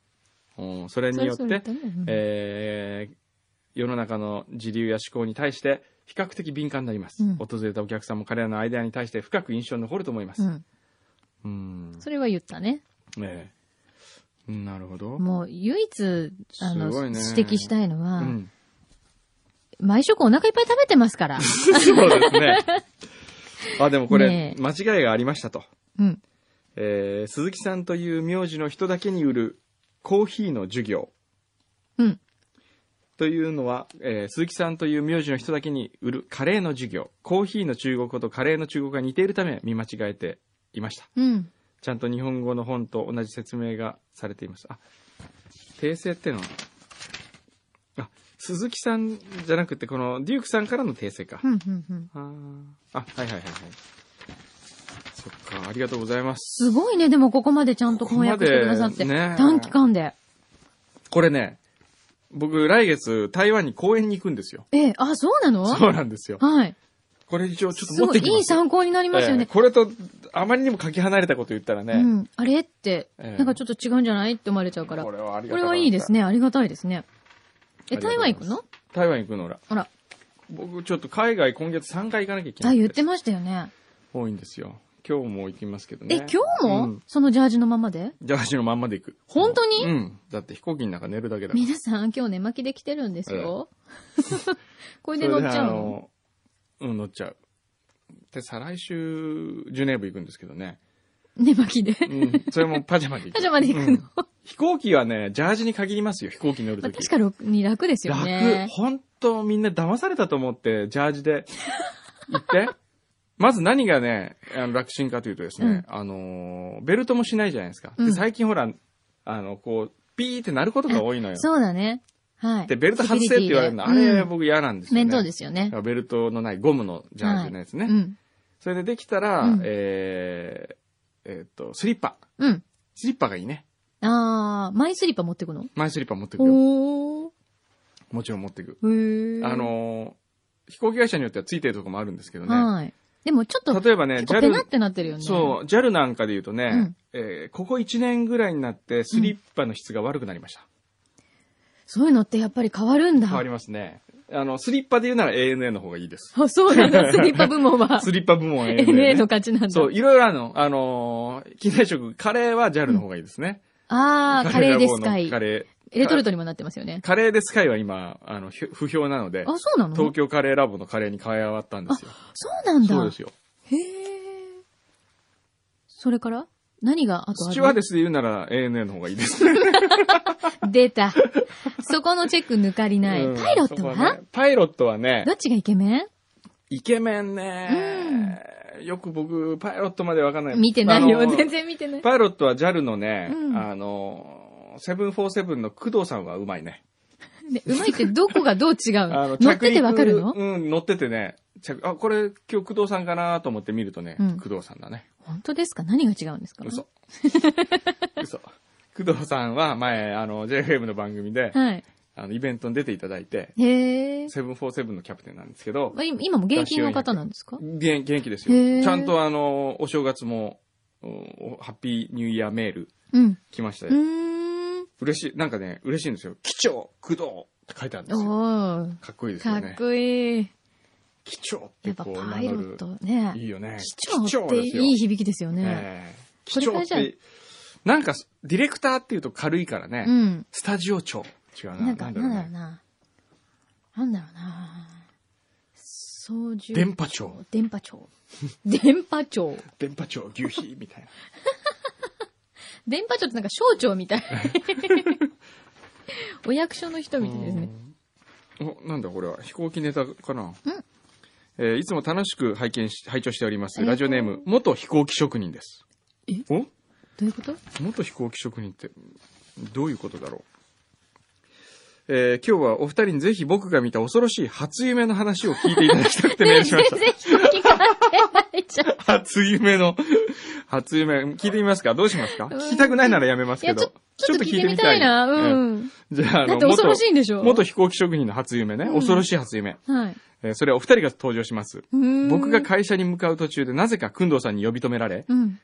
Speaker 1: うんそれによって、
Speaker 2: それそれ言ったねうん
Speaker 1: えー世の中の自流や思考に対して比較的敏感になります。
Speaker 2: うん
Speaker 1: 訪れたお客さんも彼らのアイデアに対して深く印象に残ると思います。
Speaker 2: う。
Speaker 1: うんーん。
Speaker 2: それは言ったね。
Speaker 1: ええなるほど。
Speaker 2: もう唯一、あの、
Speaker 1: すごいね
Speaker 2: 指摘したいのは、
Speaker 1: うん。 [LAUGHS]
Speaker 2: 毎食お腹いっぱい食べてますから。
Speaker 1: そうですね。あ、でもこ
Speaker 2: ね
Speaker 1: れ、
Speaker 2: え
Speaker 1: 間違いがありましたと。
Speaker 2: うん。
Speaker 1: えー鈴木さんという名字の人だけに売るコーヒーの授業。
Speaker 2: うん。
Speaker 1: というのは、えー鈴木さんという名字の人だけに売るカレーの授業。コーヒーの中国語とカレーの中国語が似ているため見間違えていました。
Speaker 2: うん。
Speaker 1: ちゃんと日本語の本と同じ説明がされています。あ、訂正ってのは、あ、鈴木さんじゃなくて、このデュークさんからの訂正か。
Speaker 2: うん、うん、うん。
Speaker 1: あーあ、はいはいはいはい。そっか。ん、ありがとうございます。
Speaker 2: すごいね、でもここまでちゃんと翻訳してくださって。
Speaker 1: ここまでね
Speaker 2: 短期間で。
Speaker 1: これね、僕、来月、台湾に公演に行くんですよ。
Speaker 2: ええ、あ、そうなの
Speaker 1: そうなんですよ。
Speaker 2: はい。
Speaker 1: これ一応ちょっ
Speaker 2: す
Speaker 1: と持っ
Speaker 2: ご
Speaker 1: て
Speaker 2: い、
Speaker 1: き
Speaker 2: い
Speaker 1: ま
Speaker 2: い
Speaker 1: すよ。
Speaker 2: 参考になりますよ
Speaker 1: ええ
Speaker 2: ね。
Speaker 1: これと、あまりにもかけ離れたこと言ったらね、
Speaker 2: うん。あれって、
Speaker 1: ええ
Speaker 2: なんかちょっと違うんじゃないって思われちゃうから。
Speaker 1: こ
Speaker 2: こ
Speaker 1: れはありがたかった
Speaker 2: れはいいですね。ありがたいですね。え、
Speaker 1: ありがとう
Speaker 2: 台
Speaker 1: ござ
Speaker 2: 湾
Speaker 1: い
Speaker 2: 行
Speaker 1: ます
Speaker 2: くの
Speaker 1: 台湾行くのら。
Speaker 2: あら。
Speaker 1: 僕、ちょっと海外今月3回行かなきゃいけな
Speaker 2: あ、
Speaker 1: い。
Speaker 2: 言ってましたよね。
Speaker 1: 多いんですよ。今日も行きますけどね。
Speaker 2: え、今日
Speaker 1: う
Speaker 2: も
Speaker 1: ん
Speaker 2: そのジャージのままで
Speaker 1: ジャージのまんまで行く。
Speaker 2: 本当に
Speaker 1: うん。だって飛行機の中寝るだけだから。
Speaker 2: 皆さん、今日寝巻きで来てるんですよ。 [LAUGHS] これで乗っちゃう
Speaker 1: それ
Speaker 2: の
Speaker 1: であのうん、乗っちゃう。で、再来週、ジュネーブ行くんですけどね。
Speaker 2: 寝巻きで。 [LAUGHS]
Speaker 1: うん。それもパジャマで行く。
Speaker 2: パジャマで行く
Speaker 1: う
Speaker 2: の
Speaker 1: ん。飛行機はね、ジャージに限りますよ、飛行機乗ると
Speaker 2: まあ
Speaker 1: き。
Speaker 2: 確かに楽ですよね
Speaker 1: 楽。。本当みんな騙されたと思って、ジャージで行って。 [LAUGHS] まず何がね、あの楽ちんかというとですね、あのー、ベルトもしないじゃないですか。
Speaker 2: う
Speaker 1: で
Speaker 2: ん
Speaker 1: 最近ほら、あの、こう、ピーって鳴ることが多いのよ。
Speaker 2: そうだね。はい。
Speaker 1: で、ベルト外せって言われるの、
Speaker 2: セ
Speaker 1: あ
Speaker 2: キュリティで
Speaker 1: れ
Speaker 2: うん
Speaker 1: 僕嫌なんですよね。
Speaker 2: 面倒ですよね。
Speaker 1: ベルトのないゴムのジャージのやつね。
Speaker 2: うん。
Speaker 1: それでできたら、
Speaker 2: うん
Speaker 1: えー、えーっと、スリッパ。
Speaker 2: うん。
Speaker 1: スリッパがいいね。
Speaker 2: あー、マイスリッパ持ってくの
Speaker 1: マイスリッパ持ってくよ。
Speaker 2: おー。
Speaker 1: もちろん持ってく。
Speaker 2: へー。
Speaker 1: あ、のー、飛行機会社によってはついてるとこもあるんですけどね。
Speaker 2: はい。でもちょっと、
Speaker 1: 例えばね、
Speaker 2: 結構ペ
Speaker 1: JAL
Speaker 2: ナ、ってなってるよね。
Speaker 1: そう、JAL なんかで言うとね、
Speaker 2: うん
Speaker 1: えーここ1年ぐらいになってスリッパの質が悪くなりました。
Speaker 2: そういうのってやっぱり変わるんだ。
Speaker 1: 変わりますね。あの、スリッパで言うなら ANA の方がいいです。
Speaker 2: あ、そ
Speaker 1: [LAUGHS]
Speaker 2: うなんだ。スリッパ部門は。
Speaker 1: スリッパ部門 ANA、ね。
Speaker 2: [LAUGHS] NA の勝ちなんだ。
Speaker 1: そう、いろいろあるの。あのー機内食、カレーは JAL の方がいいですね。
Speaker 2: あー、カレーです
Speaker 1: ラ
Speaker 2: か
Speaker 1: ボの
Speaker 2: い
Speaker 1: カ。レ
Speaker 2: レトルトにもなってますよね
Speaker 1: ー。。カレーですかいは今、あの、ひょ不評なので、
Speaker 2: あ、そうなの
Speaker 1: 東京カレーラボのカレーに変えわったんですよ。
Speaker 2: そうなんだ。
Speaker 1: そうですよ。
Speaker 2: へえ。それから何があとある
Speaker 1: スチュワーデスで言うなら ANA の方がいいですね。
Speaker 2: 出た。 [LAUGHS] そこのチェック抜かりない。
Speaker 1: うん
Speaker 2: パイロット
Speaker 1: そこ
Speaker 2: は
Speaker 1: ねパイロットはね
Speaker 2: ど、っちがイケメン
Speaker 1: イケメンね、よく僕、パイロットまでわかんない。
Speaker 2: 見てないよ
Speaker 1: あ。の
Speaker 2: 全然見てない。
Speaker 1: パイロットは JAL のね、
Speaker 2: うん
Speaker 1: あの、747の工藤さんはうまいね。
Speaker 2: ねうまいってどこがどう違う
Speaker 1: あの
Speaker 2: の乗っててわかるの
Speaker 1: 着陸うん、乗っててね。着あ、これ今日工藤さんかなと思って見るとね、
Speaker 2: うん
Speaker 1: 工藤さんだね。
Speaker 2: 本当ですか何が違うんですか
Speaker 1: 嘘。 [LAUGHS] 嘘。工藤さんは前、あの、JFM の番組で、
Speaker 2: はい。
Speaker 1: あの、イベントに出ていただいて、
Speaker 2: へえ。
Speaker 1: 747のキャプテンなんですけど
Speaker 2: ま、あい今も現役の方なんですか
Speaker 1: 元元気です
Speaker 2: へ
Speaker 1: よ。
Speaker 2: ー
Speaker 1: ちゃんとあの、お正月も、おハッピーニューイヤーメール
Speaker 2: うん。
Speaker 1: 来ました
Speaker 2: う
Speaker 1: よ。
Speaker 2: ーん。
Speaker 1: 嬉しい、なんかね、嬉しいんですよ。機長、工藤って書いてあるんですよ。
Speaker 2: おー。
Speaker 1: かっこいいです
Speaker 2: か
Speaker 1: よ
Speaker 2: っ
Speaker 1: ね。
Speaker 2: こいい。
Speaker 1: 機長っ
Speaker 2: や
Speaker 1: て
Speaker 2: っぱ
Speaker 1: こう
Speaker 2: パ
Speaker 1: 名
Speaker 2: イロ
Speaker 1: 乗
Speaker 2: ッ
Speaker 1: る。
Speaker 2: トね。
Speaker 1: いいよね。
Speaker 2: 機長っていい響きですよね。
Speaker 1: ええ
Speaker 2: こ
Speaker 1: 機
Speaker 2: れ
Speaker 1: 長
Speaker 2: から
Speaker 1: っ
Speaker 2: じゃあ
Speaker 1: て、なんか、ディレクターっていうと軽いからね、
Speaker 2: うん。
Speaker 1: スタジオ長。違うな。
Speaker 2: なん
Speaker 1: だ
Speaker 2: か、な
Speaker 1: ろうん
Speaker 2: だろう
Speaker 1: ね。
Speaker 2: な。なんだろうな。操縦。
Speaker 1: 電波長。
Speaker 2: 電波長。 [LAUGHS] 電波長。
Speaker 1: 電波長、牛皮みたいな。
Speaker 2: 電波長ってなんか省庁みたい。 [LAUGHS] お役所の人みたいですね。
Speaker 1: お、なんだこれは。飛行機ネタかな。えーいつも楽しく拝見し、拝聴しております。ラジオネーム、元飛行機職人です。
Speaker 2: え
Speaker 1: お
Speaker 2: どういうこと
Speaker 1: 元飛行機職人ってどういうことだろう、えー今日はお二人にぜひ僕が見た恐ろしい初夢の話を聞いていただきたくてメールしま
Speaker 2: [LAUGHS] 全
Speaker 1: した。
Speaker 2: 然飛行機関係ないじゃん。
Speaker 1: [LAUGHS] 初夢の、初夢、聞いてみますかどうしますか
Speaker 2: うん
Speaker 1: 聞きたくないならやめます
Speaker 2: い
Speaker 1: け
Speaker 2: や、
Speaker 1: ど。
Speaker 2: ちょ、ちょっと聞いてみたいな。う
Speaker 1: ええ
Speaker 2: ん。
Speaker 1: じゃあ、あ
Speaker 2: だ
Speaker 1: の、
Speaker 2: って恐ろしいんでしょ
Speaker 1: 元元飛行機職人の初夢ね。
Speaker 2: うん
Speaker 1: 恐ろしい初夢。
Speaker 2: はい。
Speaker 1: えーそれはお二人が登場します。僕
Speaker 2: 僕
Speaker 1: が会社に向かう途中でなぜか工藤さんに呼び止められ、
Speaker 2: うん。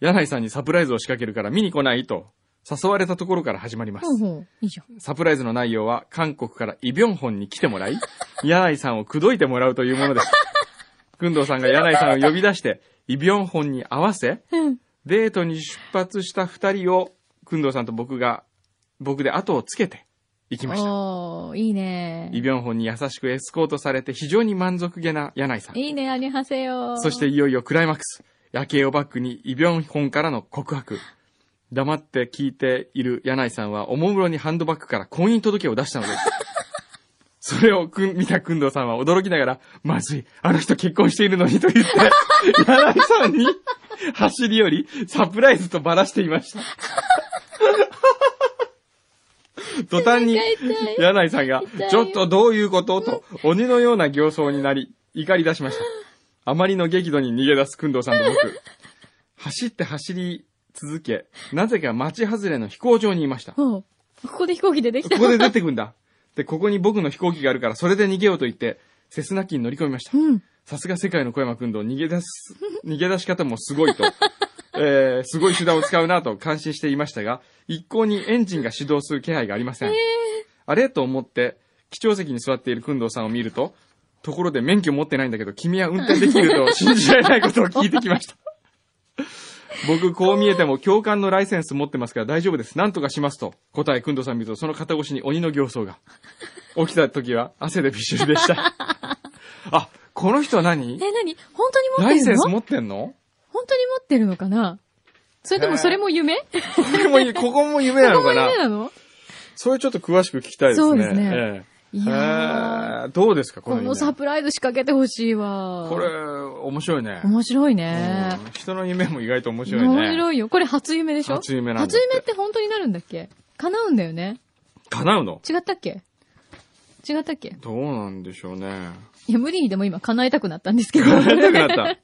Speaker 1: 柳井さんにサプライズを仕掛けるから見に来ないと誘われたところから始まります
Speaker 2: ほ。うほう。いいじゃん。
Speaker 1: サプライズの内容は韓国からイ・ビョンホンに来てもらい、 [LAUGHS] 柳井さんを口説いてもらうというもの
Speaker 2: [LAUGHS]
Speaker 1: です。軍藤さんが柳井さんを呼び出して、イ・ビョンホンに合わせ、
Speaker 2: うん。
Speaker 1: デートに出発した二人を、軍藤さんと僕が、僕で後をつけて行きました。
Speaker 2: おー、いいね
Speaker 1: イ・。ビョンホンに優しくエスコートされて非常に満足げな柳井さん。
Speaker 2: いいね、アニハセヨ。
Speaker 1: そして、いよいよクライマックス。夜景をバックにイ・ビョンホンからの告白。黙って聞いている柳井さんはおもむろにハンドバッグから婚姻届を出したのです。それをくん見たくんどうさんは驚きながら、まずい、あの人結婚しているのにと言って、柳井さんに走り寄り、サプライズとばらしていました。途端に
Speaker 2: 痛い痛い、
Speaker 1: 柳井さんが
Speaker 2: 痛い、よ
Speaker 1: ちょっとどういうことと、鬼のような形相になり、怒り出しました。あまりの激怒に逃げ出す工藤さんと僕。走って走り続け、なぜか町外れの飛行場にいました。こ
Speaker 2: ほう。ここで飛行機出てきた。
Speaker 1: こで出てくんだ。で、ここに僕の飛行機があるから、それで逃げようと言って、セスナ機に乗り込みました
Speaker 2: う。ん。
Speaker 1: さすが世界の小山君の逃げ出す、逃げ出し方もすごいと、えー、すごい手段を使うなと感心していましたが、一向にエンジンが始動する気配がありません。あれと思って、機長席に座っている君堂さんを見ると、ところで免許持ってないんだけど、君は運転できると信じられないことを聞いてきました。
Speaker 2: [LAUGHS]
Speaker 1: 僕、こう見えても教官のライセンス持ってますから大丈夫です。なんとかしますと。答え、くんどさん見ると、その肩越しに鬼の形相が。起きた時は汗でびっしょりで
Speaker 2: [LAUGHS]
Speaker 1: した。あ、この人は何
Speaker 2: え、何本当に持
Speaker 1: ラ
Speaker 2: っ
Speaker 1: イ
Speaker 2: て
Speaker 1: セ
Speaker 2: る
Speaker 1: ン
Speaker 2: の
Speaker 1: ス持ってんの
Speaker 2: 本当に持ってるのかなそれともそれも夢、
Speaker 1: これも、ここも夢な
Speaker 2: こ
Speaker 1: の
Speaker 2: こも
Speaker 1: か
Speaker 2: 夢
Speaker 1: な
Speaker 2: なの
Speaker 1: それちょっと詳しく聞きたいですね。
Speaker 2: そうですね
Speaker 1: ええ
Speaker 2: いやー。
Speaker 1: えーどうですか、こ
Speaker 2: こ
Speaker 1: の夢
Speaker 2: のサプライズ仕掛けてほしいわ。
Speaker 1: これ、。面白いね。
Speaker 2: 面白いね。
Speaker 1: うん人の夢も意外と面白いね。
Speaker 2: 面白いよ。これ初夢でしょ
Speaker 1: 初夢なんだって
Speaker 2: 初夢って本当になるんだっけ叶うんだよね。
Speaker 1: 叶うの
Speaker 2: 違ったっけ違ったっけ
Speaker 1: どうなんでしょうね。
Speaker 2: いや、無理にでも今叶えたくなったんで
Speaker 1: [LAUGHS]
Speaker 2: すけど。
Speaker 1: やりたくな
Speaker 2: [LAUGHS]
Speaker 1: った。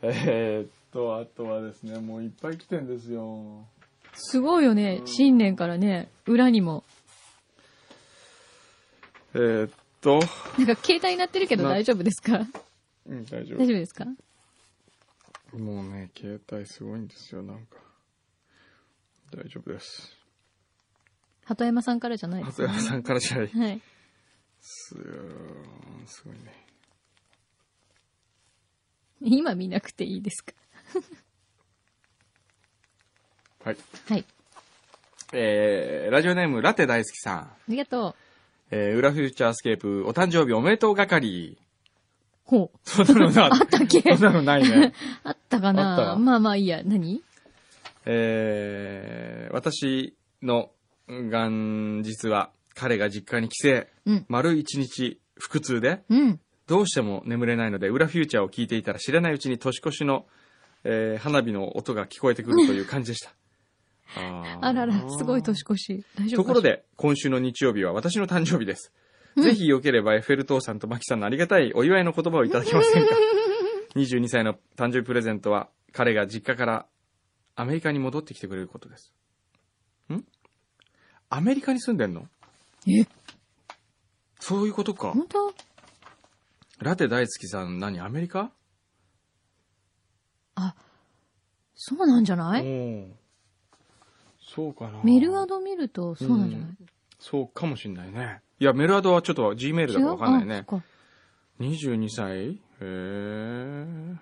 Speaker 1: えーっと、あとはですね、もういっぱい来てんですよ。
Speaker 2: すごいよね。新年からね、裏にも。
Speaker 1: えーっと、
Speaker 2: なんか携帯になってるけど
Speaker 1: な
Speaker 2: 大丈夫ですか [LAUGHS]
Speaker 1: うん、大丈
Speaker 2: 大丈夫ですか
Speaker 1: 夫。もうね、携帯すごいんですよ、なんか。大丈夫です。
Speaker 2: 鳩山さんからじゃないです
Speaker 1: 鳩
Speaker 2: よ
Speaker 1: 山
Speaker 2: ね。
Speaker 1: さんからじゃないで
Speaker 2: はい。
Speaker 1: すよ。すごいね。
Speaker 2: 今見なくていいですか
Speaker 1: はい。
Speaker 2: はい。
Speaker 1: えー、ラジオネーム、ラテ大好きさん。
Speaker 2: ありがと
Speaker 1: えー、裏フューチャースケープ、お誕生日おめでとう係。
Speaker 2: う。ほう。
Speaker 1: そんなのな
Speaker 2: [LAUGHS] あったっけ
Speaker 1: そんなのないね。
Speaker 2: あったか
Speaker 1: あった
Speaker 2: なまあまあいいや。何
Speaker 1: えー、私の元日は、彼が実家に帰省、
Speaker 2: うん。
Speaker 1: 丸一日腹痛で、
Speaker 2: うん。
Speaker 1: どうしても眠れないので、裏フューチャーを聞いていたら知らないうちに年越しの、えー花火の音が聞こえてくるという感じで
Speaker 2: [LAUGHS]
Speaker 1: した。あー
Speaker 2: あらら、すごい年越し。大丈夫
Speaker 1: ところ。で、今週の日曜日は私の誕生日です。ぜひよければエッフェル塔さんとマキさんのありがたいお祝いの言葉をいただけ
Speaker 2: [LAUGHS]
Speaker 1: ませんか ?22 歳の誕生日プレゼントは、彼が実家からアメリカに戻ってきてくれることです。んアメリカに住んでんの
Speaker 2: え、
Speaker 1: そういうことか。
Speaker 2: 本当
Speaker 1: ラテ大好きさん何アメリカ
Speaker 2: そうなんじゃ
Speaker 1: お
Speaker 2: ない
Speaker 1: ーそうかな。
Speaker 2: メルアド見るとそうなんじゃない
Speaker 1: そうかもしんないね。いや、メルアドはちょっと G メールだ
Speaker 2: 違
Speaker 1: か
Speaker 2: う
Speaker 1: わかんないね
Speaker 2: あ。そっか
Speaker 1: 22歳へえ。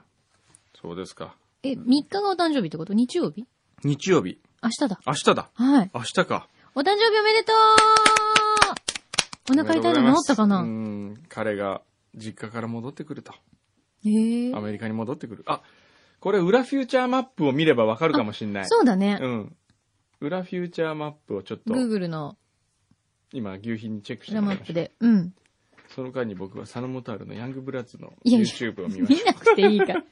Speaker 1: そうですか。
Speaker 2: え、3日がお誕生日ってこと日曜日
Speaker 1: 日曜日。
Speaker 2: 明日だ。
Speaker 1: 明日だ。
Speaker 2: はい。
Speaker 1: 明日か。
Speaker 2: お誕生日おめでとうお腹痛いの
Speaker 1: おめでとうござ
Speaker 2: 治
Speaker 1: ま
Speaker 2: っ
Speaker 1: す
Speaker 2: たか
Speaker 1: う。
Speaker 2: なん
Speaker 1: 彼が実家から戻ってくると。
Speaker 2: へえ
Speaker 1: ア。メリカに戻ってくる。あ、これ裏フューチャーマップを見ればわかるかもしんない。
Speaker 2: そうだね
Speaker 1: う。ん。裏フューチャーマップをちょっと、
Speaker 2: Google の
Speaker 1: 今、牛皮にチェックして
Speaker 2: ラ
Speaker 1: も
Speaker 2: マ
Speaker 1: らいま
Speaker 2: ッ
Speaker 1: し
Speaker 2: プ
Speaker 1: ょう。
Speaker 2: で。うん。
Speaker 1: その間に僕はサノモタールのヤングブラッズの
Speaker 2: いやいや
Speaker 1: YouTube を見ま
Speaker 2: 見
Speaker 1: し
Speaker 2: なくてい
Speaker 1: [LAUGHS]
Speaker 2: いから。
Speaker 1: た。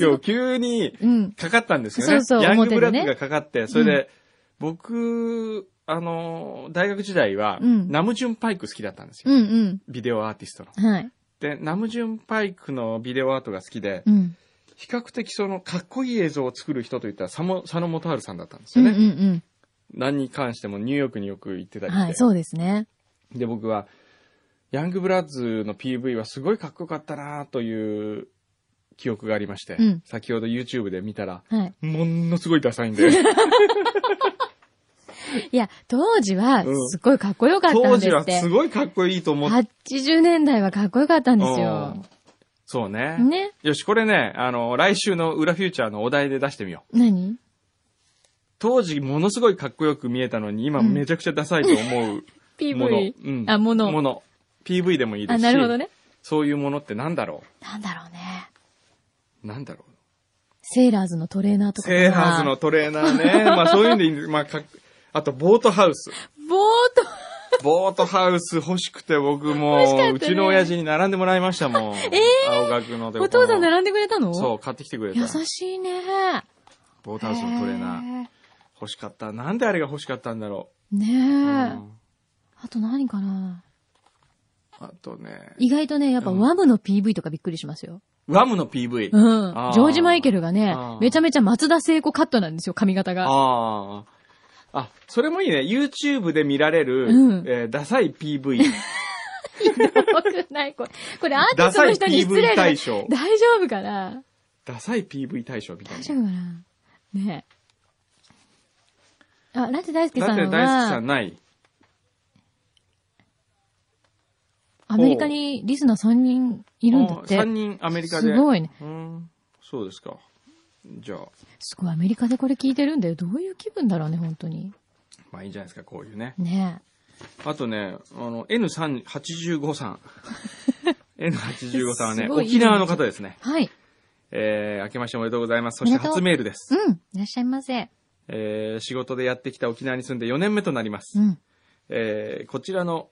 Speaker 1: 今日急に
Speaker 2: うん。
Speaker 1: かかったんですよね。
Speaker 2: そうそう
Speaker 1: ヤングブラッ
Speaker 2: 表
Speaker 1: ク
Speaker 2: で
Speaker 1: が
Speaker 2: ね
Speaker 1: かかって、それで、僕、あの、大学時代は、
Speaker 2: うん
Speaker 1: ナムジュンパイク好きだったんですよ。
Speaker 2: うん
Speaker 1: ビデオアーティストの。
Speaker 2: うん。はい。
Speaker 1: で、ナムジュンパイクのビデオアートが好きで
Speaker 2: う、ん。
Speaker 1: 比較的その、かっこいい映像を作る人といったら、サモ、佐野元春さんだったんです
Speaker 2: う
Speaker 1: よ
Speaker 2: んう
Speaker 1: ね。
Speaker 2: んうん。
Speaker 1: 何に関してもニューヨークによく行ってたりして。
Speaker 2: はい、そうですね。
Speaker 1: で、僕は、ヤングブラッズの PV はすごいかっこよかったなという記憶がありまして、
Speaker 2: うん
Speaker 1: 先ほど YouTube で見たら、
Speaker 2: はい。
Speaker 1: ものすごいダサいん
Speaker 2: [LAUGHS]
Speaker 1: で。
Speaker 2: いや、当時は
Speaker 1: うん、
Speaker 2: すごいかっこよかった
Speaker 1: 当
Speaker 2: ん
Speaker 1: 時
Speaker 2: です
Speaker 1: は
Speaker 2: って。
Speaker 1: すごいかっこいいと思って
Speaker 2: 80年代はかっこよかったんで
Speaker 1: う
Speaker 2: すよ
Speaker 1: ん。そうね。
Speaker 2: ね。
Speaker 1: よし、これね、あの、来週の裏フューチャーのお題で出してみよう。
Speaker 2: 何
Speaker 1: 当時ものすごいかっこよく見えたのに、今
Speaker 2: うん
Speaker 1: めちゃくちゃダサいと思
Speaker 2: [LAUGHS]
Speaker 1: うもの。
Speaker 2: PV。
Speaker 1: うん
Speaker 2: あ、
Speaker 1: も
Speaker 2: もの。
Speaker 1: の。PV でもいいです
Speaker 2: あ、
Speaker 1: し。
Speaker 2: なるほどね。
Speaker 1: そういうものってなんだろ
Speaker 2: なんだろうね。
Speaker 1: うなんだろう
Speaker 2: セーラーズのトレーナーとかかな。
Speaker 1: セーラーズのトレーナー
Speaker 2: [LAUGHS]
Speaker 1: ね。まあそういうんでいいんです。まあかっあと、ボートハウス。
Speaker 2: ぼーっと、
Speaker 1: ボートハウス欲しくて僕
Speaker 2: 欲しかっ
Speaker 1: も
Speaker 2: た
Speaker 1: う、
Speaker 2: ね
Speaker 1: うちの親父に並んでもらいましたもん。え青学ので。
Speaker 2: お父さん並んでくれたの。
Speaker 1: そうう、買ってきてくれた。
Speaker 2: 優しいね。
Speaker 1: ボートハウスのトレーナー。
Speaker 2: へ
Speaker 1: 欲しかった。なんであれが欲しかったんだろ
Speaker 2: ー。
Speaker 1: う。
Speaker 2: ねえ。
Speaker 1: うん
Speaker 2: あと何かな
Speaker 1: あとね、
Speaker 2: 意外とね、やっぱ
Speaker 1: うん
Speaker 2: ワムの PV とかびっくりしますよ。
Speaker 1: ワムの PV。
Speaker 2: うん。
Speaker 1: あー
Speaker 2: ジョージ・マイケルがね
Speaker 1: あー、
Speaker 2: めちゃめちゃ松田聖子カットなんですよ、髪型が。
Speaker 1: ああ。あ、それもいいね。YouTube で見られる、
Speaker 2: うん
Speaker 1: えーダサい
Speaker 2: [LAUGHS]
Speaker 1: PV。
Speaker 2: 僕ない、これ。これアーティ
Speaker 1: ダ
Speaker 2: スト
Speaker 1: サ
Speaker 2: の
Speaker 1: い
Speaker 2: 人に失
Speaker 1: PV
Speaker 2: 礼
Speaker 1: 大
Speaker 2: だ大
Speaker 1: 賞。
Speaker 2: 丈夫かな
Speaker 1: ダサい PV 大賞みたい
Speaker 2: 大
Speaker 1: な。
Speaker 2: 丈夫かなねえ。あ、ラテ大輔
Speaker 1: だ
Speaker 2: さ
Speaker 1: っ
Speaker 2: ん
Speaker 1: て大好きさ
Speaker 2: は
Speaker 1: ん、ない。
Speaker 2: アメリカにリスナー3人いるんだって。
Speaker 1: 3。人アメリカです
Speaker 2: ごいね。
Speaker 1: うん。そうですか。じゃあ、
Speaker 2: すごい、アメリカでこれ聞いてるんだよ。どういう気分だろうね、本当に。
Speaker 1: まあいいんじゃないですか、こういうね。
Speaker 2: ね
Speaker 1: あとね、あの、N85
Speaker 2: [LAUGHS]
Speaker 1: さん。N85 さんはね、
Speaker 2: すごい
Speaker 1: 沖縄の方ですね。
Speaker 2: え。はい。
Speaker 1: えー、明けましておめでとうございます。そして
Speaker 2: おめでとう
Speaker 1: 初メールです。
Speaker 2: うん。いらっしゃいませ。
Speaker 1: えー、仕事でやってきた沖縄に住んで4年目となります。
Speaker 2: うん。
Speaker 1: えーこちらの、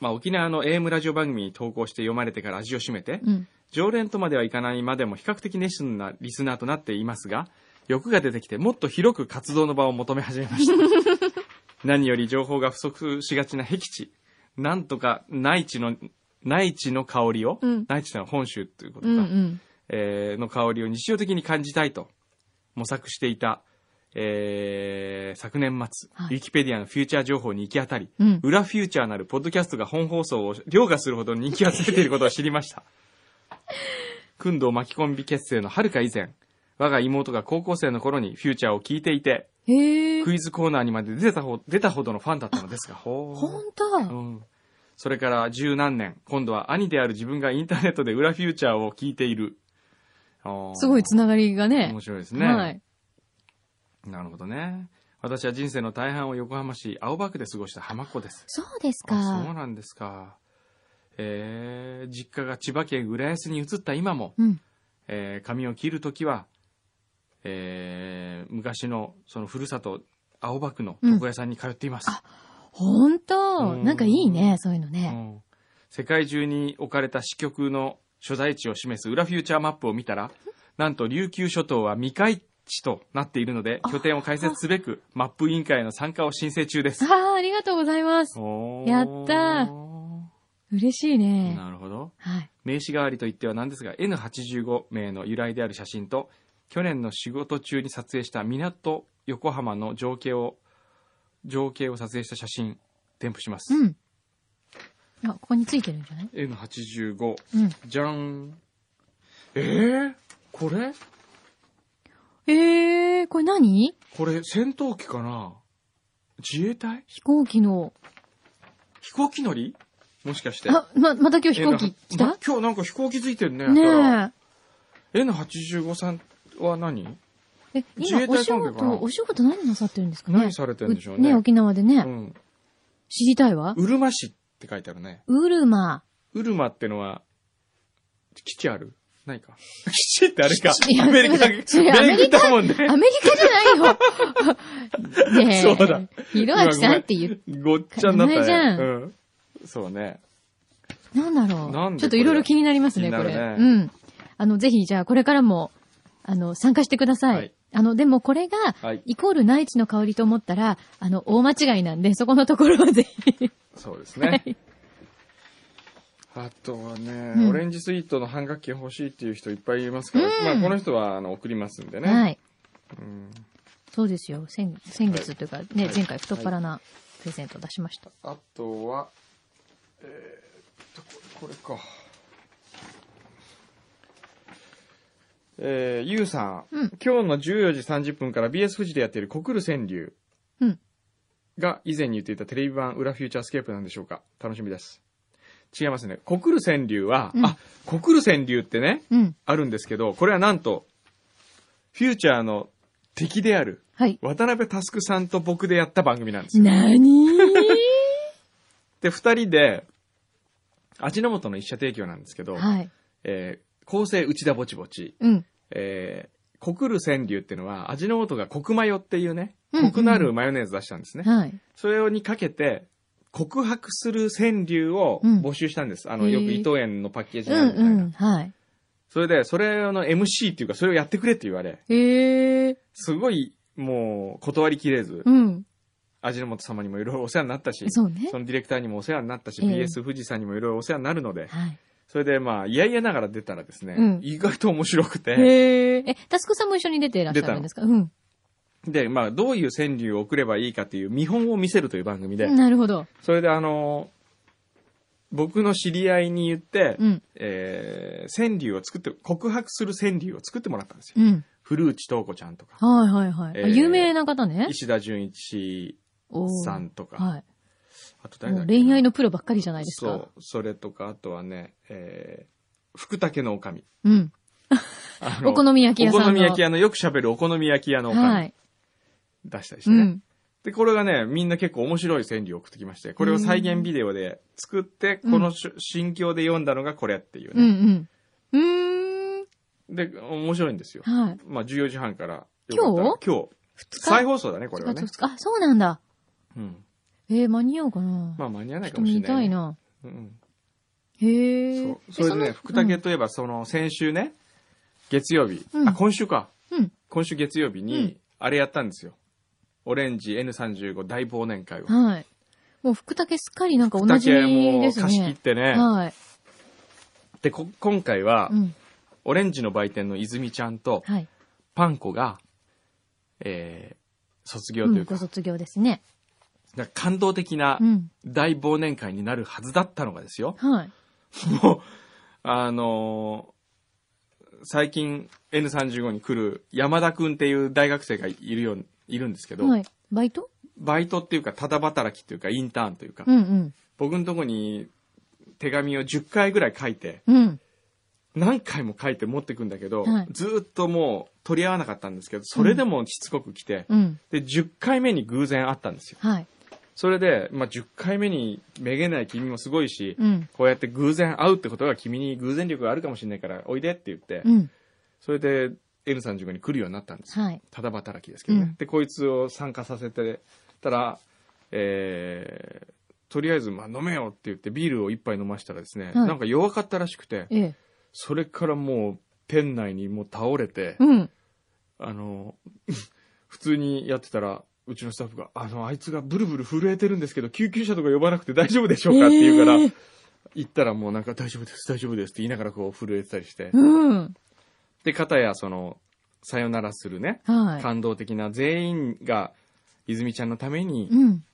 Speaker 1: まあ、沖縄の AM ラジオ番組に投稿して読まれてから味を占めて、
Speaker 2: うん。
Speaker 1: 常連とまではいかないまでも比較的熱心なリスナーとなっていますが、欲が出てきてもっと広く活動の場を求め始めました。
Speaker 2: [LAUGHS]
Speaker 1: 何より情報が不足しがちな僻地、なんとか内地の、内地の香りを、
Speaker 2: うん
Speaker 1: 内地というのは本州ということ
Speaker 2: う
Speaker 1: か、
Speaker 2: んうん。
Speaker 1: えーの香りを日常的に感じたいと模索していた、えー昨年末、
Speaker 2: はい
Speaker 1: ウィキペディアのフューチャー情報に行き当たり、
Speaker 2: うん
Speaker 1: 裏フューチャーなるポッドキャストが本放送を凌駕するほど人気がついていることを知りました。訓導巻きコンビ結成の遥か以前、我が妹が高校生の頃にフューチャーを聞いていて、
Speaker 2: へえ。
Speaker 1: クイズコーナーにまで出たほ出たほどのファンだったのですが、ほー
Speaker 2: ほん
Speaker 1: う
Speaker 2: と
Speaker 1: ん。それから十何年、今度は兄である自分がインターネットで裏フューチャーを聞いている。あー
Speaker 2: すごいつながりがね
Speaker 1: 面。白いですね。
Speaker 2: はい。
Speaker 1: なるほどね。私は人生の大半を横浜市青葉区で過ごした浜っ子です。
Speaker 2: そうです
Speaker 1: あそう
Speaker 2: か。
Speaker 1: なんですか。えー、実家が千葉県浦安に移った今も、
Speaker 2: うん。
Speaker 1: えー髪を切るときは、えー昔のそのふるさと青葉区の床屋さんに通っています。
Speaker 2: あほん
Speaker 1: う
Speaker 2: と
Speaker 1: ん
Speaker 2: なんかいいね、そういうの
Speaker 1: う
Speaker 2: ね。
Speaker 1: ん世界中に置かれた支局の所在地を示す裏フューチャーマップを見た
Speaker 2: [LAUGHS]
Speaker 1: ら、なんと琉球諸島は未開地となっているので、拠点を開設すべく、マップ委員会の参加を申請中
Speaker 2: [LAUGHS]
Speaker 1: です。
Speaker 2: ああ、ありがとうございます。
Speaker 1: おー
Speaker 2: やった嬉しいね。
Speaker 1: なるほど。
Speaker 2: はい。
Speaker 1: 名刺代わりと言ってはなんですが、N85 名の由来である写真と、去年の仕事中に撮影した港横浜の情景を、情景を撮影した写真、添付します。
Speaker 2: うん。あ、ここについてるんじゃない
Speaker 1: N85。
Speaker 2: うん。
Speaker 1: じゃん。えー、これ
Speaker 2: えー、これ何
Speaker 1: これ戦闘機かな自衛隊
Speaker 2: 飛行機の、
Speaker 1: 飛行機乗りもしかして。
Speaker 2: あ、ま、また今日飛行機
Speaker 1: N-
Speaker 2: 来
Speaker 1: ま
Speaker 2: た
Speaker 1: 今日なんか飛行機ついてるね。だから
Speaker 2: ね
Speaker 1: N85 さんは何
Speaker 2: え。え、
Speaker 1: 自衛
Speaker 2: 今
Speaker 1: 隊
Speaker 2: お仕
Speaker 1: 関係かな
Speaker 2: 事、お仕事何なさってるんですかね
Speaker 1: 何されてるんでしょうね。
Speaker 2: ね、沖縄で
Speaker 1: う
Speaker 2: ね。
Speaker 1: ん。
Speaker 2: 知りたいわ。
Speaker 1: うるま市って書いてあるね。
Speaker 2: ウルマ。
Speaker 1: うるまってのは、基地あるないか。 [LAUGHS] 基地ってあれか
Speaker 2: 基。地
Speaker 1: アメ
Speaker 2: [LAUGHS]
Speaker 1: リカ、
Speaker 2: いやそれアメリカ
Speaker 1: だもんね。
Speaker 2: アメリカじゃ
Speaker 1: [LAUGHS]
Speaker 2: ないよ。ねえ。
Speaker 1: そうだ。
Speaker 2: ひろあきさんって言っ
Speaker 1: ごっちゃになったね。
Speaker 2: 名前じゃん
Speaker 1: うん。そうね。
Speaker 2: なんだろう。
Speaker 1: なんで
Speaker 2: ちょっといろいろ気になりますね、
Speaker 1: こ
Speaker 2: こ
Speaker 1: れ
Speaker 2: れ。
Speaker 1: 気になるね
Speaker 2: うん。あの、ぜひ、じゃあ、これからも、あの、参加してください。
Speaker 1: はい
Speaker 2: あの、でもこれが、
Speaker 1: はい
Speaker 2: イコール内地の香りと思ったら、あの、大間違いなんで、そこのところをぜひ。
Speaker 1: そうですね。
Speaker 2: はい
Speaker 1: あとはね、
Speaker 2: うん
Speaker 1: オレンジスイートの半額券欲しいっていう人いっぱいいますから、
Speaker 2: うん
Speaker 1: まあこの人はあの送りますんでね。
Speaker 2: はい。
Speaker 1: うん
Speaker 2: そうですよ。先、先月というか、ね、
Speaker 1: はい
Speaker 2: 前回太っ腹なプレゼントを出しました。
Speaker 1: あとは、えーっと、これこれか。えー、ゆうさん,、
Speaker 2: うん
Speaker 1: 今日の14時30分から BS 富士でやっている国る川柳
Speaker 2: うん
Speaker 1: が以前に言っていたテレビ版裏フューチャースケープなんでしょうか楽しみです。違いますね。国る川柳は、
Speaker 2: うん
Speaker 1: あ、国る川柳ってね、
Speaker 2: うん。
Speaker 1: あるんですけど、これはなんと、フューチャーの敵である、
Speaker 2: はい。
Speaker 1: 渡辺佑さんと僕でやった番組なんですよ。
Speaker 2: なに
Speaker 1: で、二人で、味の素の一社提供なんですけど、
Speaker 2: はい。
Speaker 1: えー、構成内田ぼちぼち、
Speaker 2: うん。
Speaker 1: えー、コる川柳っていうのは、味の素がコクマヨっていうね、
Speaker 2: うん
Speaker 1: コクのあるマヨネーズ出したんですね。
Speaker 2: はい。
Speaker 1: それをにかけて、告白する川柳を
Speaker 2: うん
Speaker 1: 募集したんです。あの、
Speaker 2: へー
Speaker 1: よく伊藤園のパッケージ
Speaker 2: う
Speaker 1: にある
Speaker 2: ん
Speaker 1: みたいな。
Speaker 2: うん。はい。
Speaker 1: それで、それの MC っていうか、それをやってくれって言われ、
Speaker 2: へえ。
Speaker 1: すごい、もう、断りきれず、
Speaker 2: うん。
Speaker 1: 味の素様にもいろいろお世話になったし、
Speaker 2: そうね。
Speaker 1: のディレクターにもお世話になったし、
Speaker 2: ええ
Speaker 1: BS 富士さんにもいろいろお世話になるので、
Speaker 2: はい。
Speaker 1: それでまあ、いやいやながら出たらですね、
Speaker 2: うん
Speaker 1: 意外と面白くて、
Speaker 2: へえ。え、タスクさんも一緒に出ていらっしゃるんですかうん。
Speaker 1: で、まあ、どういう川柳を送ればいいかという見本を見せるという番組で、
Speaker 2: なるほど。
Speaker 1: それであの僕の知り合いに言って、
Speaker 2: うん。
Speaker 1: えー川柳を作って、告白する川柳を作ってもらったんですよ。
Speaker 2: うん。
Speaker 1: 古内東子ちゃんとか、
Speaker 2: はいはいはい。
Speaker 1: え
Speaker 2: あ
Speaker 1: ー
Speaker 2: 有名な方ね。
Speaker 1: 石田純一
Speaker 2: おー
Speaker 1: さんとか、
Speaker 2: はい。
Speaker 1: あと誰
Speaker 2: も
Speaker 1: だ
Speaker 2: う
Speaker 1: っけな
Speaker 2: 恋愛のプロばっかりじゃないですか。
Speaker 1: そう、それとか、あとはね、えー、福竹のおかみ。
Speaker 2: うん。
Speaker 1: あの
Speaker 2: お好み焼き屋さんの。
Speaker 1: お好み焼き屋の、よく喋るお好み焼き屋のおか
Speaker 2: は
Speaker 1: み
Speaker 2: い。
Speaker 1: 出したりして
Speaker 2: う
Speaker 1: ね。
Speaker 2: ん。
Speaker 1: で、これがね、みんな結構面白い川柳を送ってきまして、これを再現ビデオで作って、
Speaker 2: うん
Speaker 1: このし心境で読んだのがこれっていう
Speaker 2: う
Speaker 1: ね。
Speaker 2: んうん。うーん。
Speaker 1: で、面白いんですよ。
Speaker 2: はい。
Speaker 1: まあ、14時半からよかったら。今日
Speaker 2: 二日。
Speaker 1: 再放送だね、これはね
Speaker 2: 二。日あ、そうなんだ。
Speaker 1: うん。
Speaker 2: えー、間に合うかな。
Speaker 1: まあ、間に合わない
Speaker 2: ちょ
Speaker 1: か
Speaker 2: っと
Speaker 1: もしれ
Speaker 2: 見
Speaker 1: ない、
Speaker 2: たいな。
Speaker 1: うん。
Speaker 2: へ
Speaker 1: そ
Speaker 2: え
Speaker 1: う。。それでね、福竹
Speaker 2: と。
Speaker 1: といえば、その、先週ね、月曜日、
Speaker 2: うん
Speaker 1: あ、今週か。
Speaker 2: うん。
Speaker 1: 今週月曜日
Speaker 2: う
Speaker 1: に、あれやったんですよ。オレンジ N35 大忘年会を。
Speaker 2: はい。もう福竹すっかりなんか同じ
Speaker 1: 竹も
Speaker 2: で
Speaker 1: う
Speaker 2: すね。
Speaker 1: 貸し切ってね。
Speaker 2: はい。
Speaker 1: で、こ今回は
Speaker 2: う、ん。
Speaker 1: オレンジの売店の泉ちゃんと
Speaker 2: はい。
Speaker 1: パンコが、えー、卒業
Speaker 2: う
Speaker 1: とい
Speaker 2: ん、
Speaker 1: うか、
Speaker 2: ご卒業ですね。
Speaker 1: なんか感動的な
Speaker 2: うん。
Speaker 1: 大忘年会になるはずだったのがですよ。
Speaker 2: はい。
Speaker 1: もう、あのー最近 N35 に来る山田くんっていう大学生がいるよう、いるんですけど、
Speaker 2: はい。バイト
Speaker 1: バイトっていうか、ただ働きっていうか、インターンというか、
Speaker 2: うんうん。
Speaker 1: 僕のとこに手紙を10回ぐらい書いて、
Speaker 2: うん。
Speaker 1: 何回も書いて持ってくんだけど、
Speaker 2: はい
Speaker 1: ずーっともう取り合わなかったんですけど、それでもしつこく来て、
Speaker 2: うん。
Speaker 1: で、10回目に偶然会ったんですよ。
Speaker 2: はい。
Speaker 1: それで、まあ、10回目にめげない君もすごいし、
Speaker 2: うん。
Speaker 1: こうやって偶然会うってことが君に偶然力があるかもしれないから、おいでって言って、
Speaker 2: うん。
Speaker 1: それで N35 に来るようになったんですよ。
Speaker 2: はい。
Speaker 1: ただ働きですけどね。
Speaker 2: うん
Speaker 1: で、こいつを参加させてたら、えー、とりあえず、まあ、飲めよって言ってビールを一杯飲ましたらですね、
Speaker 2: い
Speaker 1: なんか弱かったらしくて、
Speaker 2: ええ。
Speaker 1: それからもう店内にもう倒れて、
Speaker 2: うん。
Speaker 1: あの、 [LAUGHS] 普通にやってたら、うちのスタッフが、あの、あいつがブルブル震えてるんですけど、救急車とか呼ばなくて大丈夫でしょうかって言うから、
Speaker 2: ええ
Speaker 1: 行ったらもうなんか大丈夫です、大丈夫ですって言いながらこう震えてたりして。
Speaker 2: うん。
Speaker 1: で、片やその、さよならするね、
Speaker 2: は
Speaker 1: 感動的な全員が、泉ちゃんのために
Speaker 2: い。、うん。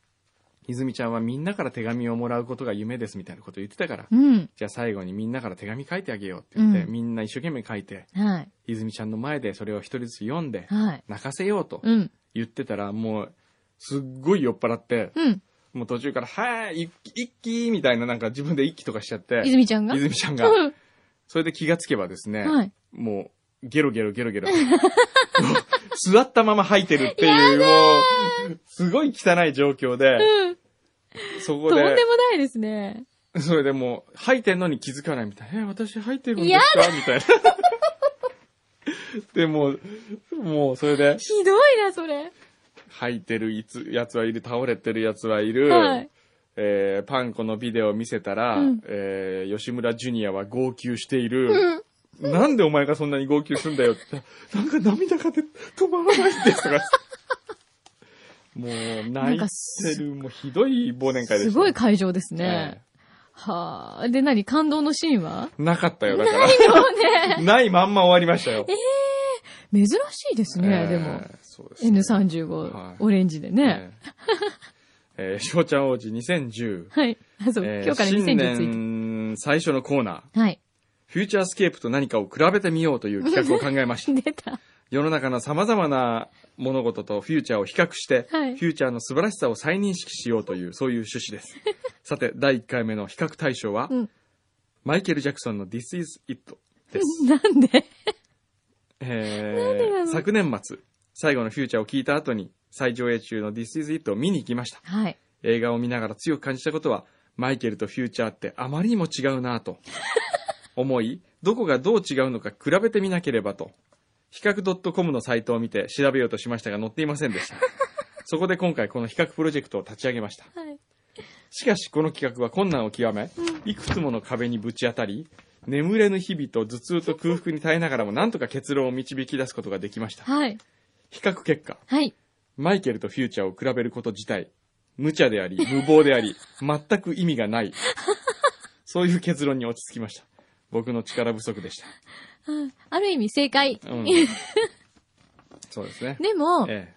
Speaker 1: 泉ちゃんはみんなから手紙をもらうことが夢ですみたいなこと言ってたから、
Speaker 2: うん。
Speaker 1: じゃあ最後にみんなから手紙書いてあげようって言って、
Speaker 2: うん
Speaker 1: みんな一生懸命書いて、
Speaker 2: はい。
Speaker 1: 泉ちゃんの前でそれを一人ずつ読んで、
Speaker 2: はい。
Speaker 1: 泣かせようと
Speaker 2: うん。
Speaker 1: 言ってたら、もう、すっごい酔っ払って、
Speaker 2: うん。
Speaker 1: もう途中から、はい、一気、一気みたいななんか自分で一気とかしちゃって、
Speaker 2: 泉ちゃんが
Speaker 1: 泉ちゃんが、
Speaker 2: うん。
Speaker 1: それで気がつけばですね、
Speaker 2: はい。
Speaker 1: もう、ゲロゲロゲロゲロ。もう座ったまま吐いてるっていう、もう、すごい汚い状況で、
Speaker 2: うん。
Speaker 1: そこ
Speaker 2: とんでも
Speaker 1: で、
Speaker 2: ないですね。
Speaker 1: それでもう、吐いてんのに気づかないみたいな。え、私吐いてるんですかみたいな。で、もう、もう、それで、
Speaker 2: ひどいな、それ。
Speaker 1: 吐いてるいつやつはいる、倒れてるやつはいる、
Speaker 2: はい。
Speaker 1: えーパンコのビデオを見せたら、
Speaker 2: うん
Speaker 1: えー吉村ジュニアは号泣していうる、
Speaker 2: ん。
Speaker 1: なんでお前がそんなに号泣すんだよって、 [LAUGHS] なんか涙が出て止まらないんですとか。もう、
Speaker 2: な
Speaker 1: 泣
Speaker 2: ん
Speaker 1: い
Speaker 2: か
Speaker 1: てる、もうひどい忘年会でした。
Speaker 2: すごい会場ですね
Speaker 1: え。
Speaker 2: はあ。で、何感動のシーンは
Speaker 1: [LAUGHS] えなかったよ、だから。
Speaker 2: そうね。
Speaker 1: ないまんま終わりましたよ。
Speaker 2: 珍しいですね、
Speaker 1: えー
Speaker 2: でも。。
Speaker 1: そうですね、
Speaker 2: N35、
Speaker 1: はい
Speaker 2: オレンジでね。
Speaker 1: えええー [LAUGHS] 翔ちゃん王子2010。
Speaker 2: はい。あ、そう、
Speaker 1: えー
Speaker 2: 今日から
Speaker 1: 新
Speaker 2: 2010ついて。
Speaker 1: 年最初のコーナー。
Speaker 2: はい。 [LAUGHS]
Speaker 1: フューチャースケープと何かを比べてみようという企画を考えました。
Speaker 2: 出た。
Speaker 1: 世の中の様々な物事とフューチャーを比較して、
Speaker 2: はい
Speaker 1: フューチャーの素晴らしさを再認識しようという、そういう趣旨
Speaker 2: [LAUGHS]
Speaker 1: です。さて、第1回目の比較対象は、
Speaker 2: うん
Speaker 1: マイケル・ジャクソンの This is It です。
Speaker 2: なんで
Speaker 1: え
Speaker 2: なんでな
Speaker 1: ー
Speaker 2: の
Speaker 1: 昨年末、最後のフューチャーを聞いた後に、再上映中の This is It を見に行きました。
Speaker 2: はい。
Speaker 1: 映画を見ながら強く感じたことは、マイケルとフューチャーってあまりにも違うなぁと [LAUGHS] 思い、どこがどう違うのか比べてみなければと、比較 .com のサイトを見て調べようとしましたが載っていませんで
Speaker 2: [LAUGHS]
Speaker 1: した。そこで今回この比較プロジェクトを立ち上げました。
Speaker 2: はい。
Speaker 1: しかしこの企画は困難を極め、いくつもの壁にぶち当たり、眠れぬ日々と頭痛と空腹に耐えながらもなんとか結論を導き出すことができました。
Speaker 2: はい。
Speaker 1: 比較結果、
Speaker 2: はい。
Speaker 1: マイケルとフューチャーを比べること自体、無茶であり、無謀であり、全く意味がない。そういう結論に落ち着きました。僕の力不足でし
Speaker 2: ある意味正解。
Speaker 1: た。うんそうですね。
Speaker 2: でも、
Speaker 1: え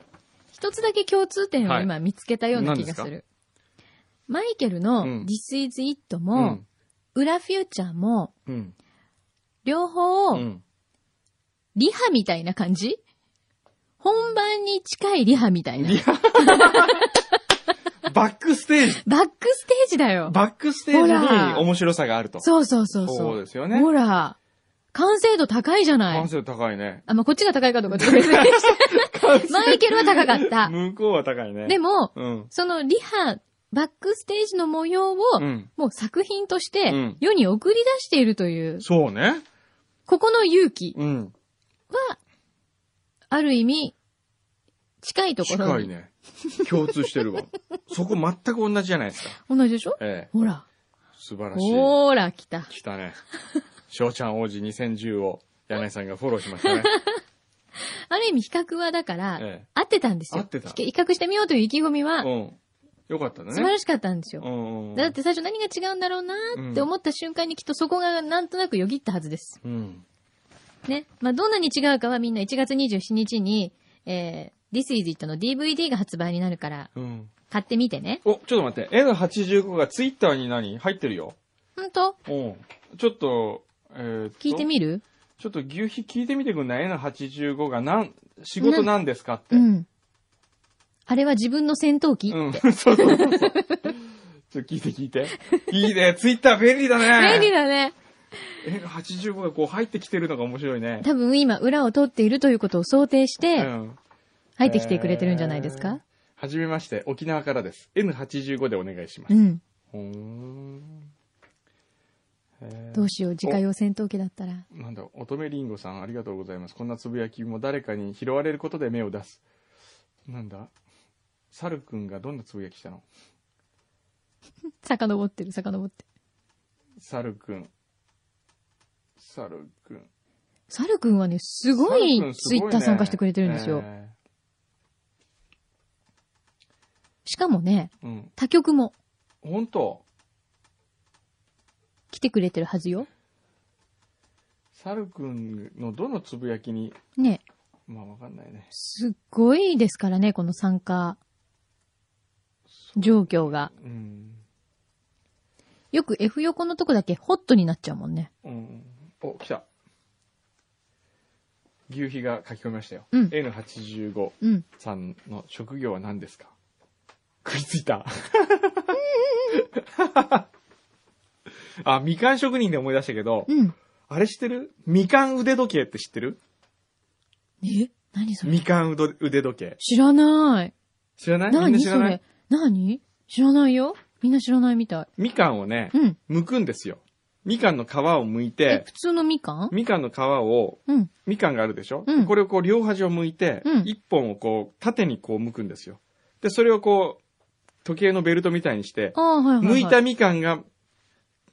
Speaker 2: 一つだけ共通点を今見つけたような気がす
Speaker 1: 何で
Speaker 2: る。マイケルの
Speaker 1: うん
Speaker 2: This is It
Speaker 1: え。
Speaker 2: も、裏フューチャーも、
Speaker 1: うん。うん。
Speaker 2: 両
Speaker 1: う、
Speaker 2: 方
Speaker 1: ん。
Speaker 2: リハみたいな感じ本番に近いリハみたいな。
Speaker 1: バックステージ、
Speaker 2: バックステージだよ。
Speaker 1: バックステージ
Speaker 2: ほ
Speaker 1: に
Speaker 2: ら
Speaker 1: 面白さがあると。
Speaker 2: そうそうそうそう。
Speaker 1: そうですよね
Speaker 2: ほら、完成度高いじゃない
Speaker 1: 完。成度高いね。
Speaker 2: あ、まあ、こっちが高いかどうかちょっと別にして。 [LAUGHS] マイケルは高かった。
Speaker 1: 向こうは高いね。
Speaker 2: でも、
Speaker 1: うん。
Speaker 2: そのリハ、バックステージの模様を、
Speaker 1: うん。
Speaker 2: もう作品とし
Speaker 1: う
Speaker 2: て
Speaker 1: ん
Speaker 2: 世に送り出しているという、
Speaker 1: そうね。
Speaker 2: ここの勇気
Speaker 1: うん。
Speaker 2: は、ある意味、近いところ
Speaker 1: 近い
Speaker 2: に、
Speaker 1: ね。共通してるわ。そこ全く同じじゃないですか。
Speaker 2: 同じでしょ
Speaker 1: ええ。
Speaker 2: ほら、
Speaker 1: 素晴らしい。
Speaker 2: ほーら、来た。
Speaker 1: 来た
Speaker 2: [LAUGHS]
Speaker 1: ね。翔ちゃん王子2010を柳井さんがフォローしま
Speaker 2: [LAUGHS]
Speaker 1: したね。
Speaker 2: ある意味、比較はだから、
Speaker 1: え
Speaker 2: 合ってたんですよ。
Speaker 1: 合ってた
Speaker 2: 比較してみようという意気込みは
Speaker 1: え。う、ん。よかったね。
Speaker 2: 素晴らしかったんですよ。
Speaker 1: うんうん。
Speaker 2: だって最初何が違うんだろうなーって思った瞬間にきっとそこがなんとなくよぎったはずです。
Speaker 1: うん。
Speaker 2: ね。まあ、どんなに違うかはみんな1月27日に、えー、This is It の DVD が発売になるから、
Speaker 1: うん。
Speaker 2: 買ってみてね。
Speaker 1: お、ちょっと待って。N85 がツイッターに何入ってるよ。
Speaker 2: ほんと
Speaker 1: うん。ちょっと、えー、
Speaker 2: 聞いてみる
Speaker 1: ちょっと牛皮聞いてみてくんない ?N85 がなん、仕事なんですかって。
Speaker 2: う
Speaker 1: うん。
Speaker 2: ん。あれは自分の戦闘
Speaker 1: [LAUGHS]
Speaker 2: 機、
Speaker 1: そうそうそうそう。ちょっと聞いて聞い
Speaker 2: [LAUGHS]
Speaker 1: て。いいね。ツイッター便利だね。
Speaker 2: 便利だね。
Speaker 1: N85 がこう入ってきてるのが面白いね。
Speaker 2: 多分今裏を取っているということを想定し
Speaker 1: う
Speaker 2: て
Speaker 1: ん。
Speaker 2: 入ってきてくれてるんじゃないですか、
Speaker 1: えーはじめまして、沖縄からです。N85 でお願いします。
Speaker 2: うん。
Speaker 1: ほーん。えー
Speaker 2: どうしよう。自家用戦闘機だったら。
Speaker 1: なんだ、乙女りんごさん、ありがとうございます。こんなつぶやきも誰かに拾われることで目を出す。なんだ猿くんがどんなつぶやきしたの
Speaker 2: 遡ってる、遡ってる。
Speaker 1: 猿くん。猿くん。
Speaker 2: サル君はね、すご
Speaker 1: 猿く
Speaker 2: い
Speaker 1: ん
Speaker 2: ツイッター参加してくれてるんですよ。
Speaker 1: え
Speaker 2: しかもね、
Speaker 1: ーうん。
Speaker 2: 他局も
Speaker 1: ほんと
Speaker 2: 来てくれてるはずよ。
Speaker 1: 猿くんのどのつぶやきに、
Speaker 2: ね、
Speaker 1: まあわかんないね。
Speaker 2: すっごいですからね、この参加状況が。
Speaker 1: うん。
Speaker 2: よく F 横のとこだけホットになっちゃうもんね。
Speaker 1: うん。お、来た。牛皮が書き込みま
Speaker 2: [LAUGHS]
Speaker 1: したよ。
Speaker 2: うん
Speaker 1: N85
Speaker 2: うん。
Speaker 1: さんの職業は何ですか食いつい
Speaker 2: [LAUGHS]
Speaker 1: た。あ、みかん職人で思い出したけど、
Speaker 2: うん。
Speaker 1: あれ知ってるみかん腕時計って知ってる
Speaker 2: え何それ
Speaker 1: みかんうど腕時計。
Speaker 2: 知らない。
Speaker 1: 知らないみんな
Speaker 2: 何
Speaker 1: 知ら
Speaker 2: そ
Speaker 1: ない
Speaker 2: れ何知らないよ。みんな知らないみたい。
Speaker 1: みかんをね、
Speaker 2: うん。
Speaker 1: 剥くんですよ。みかんの皮を剥い
Speaker 2: え
Speaker 1: て、、
Speaker 2: 普通のみかん
Speaker 1: みかんの皮を
Speaker 2: うん。
Speaker 1: みかんがあるでしょ、
Speaker 2: うん
Speaker 1: これをこう両端を向いて
Speaker 2: うん、
Speaker 1: 一、本をこう縦にこう向くんですよ。で、それをこう、時計のベルトみたいにして
Speaker 2: あ、あ、はいはい、は
Speaker 1: 向
Speaker 2: い。
Speaker 1: いたみかんが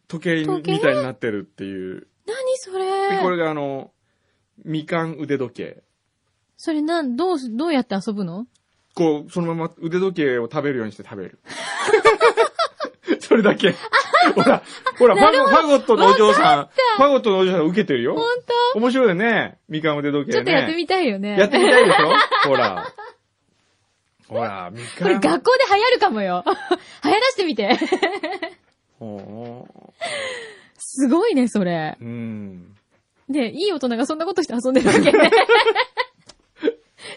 Speaker 1: 時計
Speaker 2: 時計
Speaker 1: みたいになってるっていう。
Speaker 2: 何そ
Speaker 1: で、これ
Speaker 2: れ
Speaker 1: があの、みかん腕時計。
Speaker 2: それなん、どうす、どうやって遊ぶの
Speaker 1: こう、そのまま腕時計を食べるようにして食べ
Speaker 2: [LAUGHS]
Speaker 1: る。それだけ。ほら、ほら、ファゴファゴットのお嬢さん、ファゴットのお嬢さん受けてるよ
Speaker 2: ほ。んと
Speaker 1: 面白いよね。みかん腕時計ね。
Speaker 2: ちょっとやってみたいよね。
Speaker 1: やってみたいでし
Speaker 2: [LAUGHS]
Speaker 1: ょほら。ほら、み
Speaker 2: こ
Speaker 1: か
Speaker 2: れ
Speaker 1: ん。
Speaker 2: 学校で流行るかもよ。 [LAUGHS] 流行らしてみ [LAUGHS] て。
Speaker 1: ほ
Speaker 2: すごいね、それ。
Speaker 1: ううん。
Speaker 2: ねいい大人がそんなことして遊んでるわけ
Speaker 1: [LAUGHS]
Speaker 2: ね。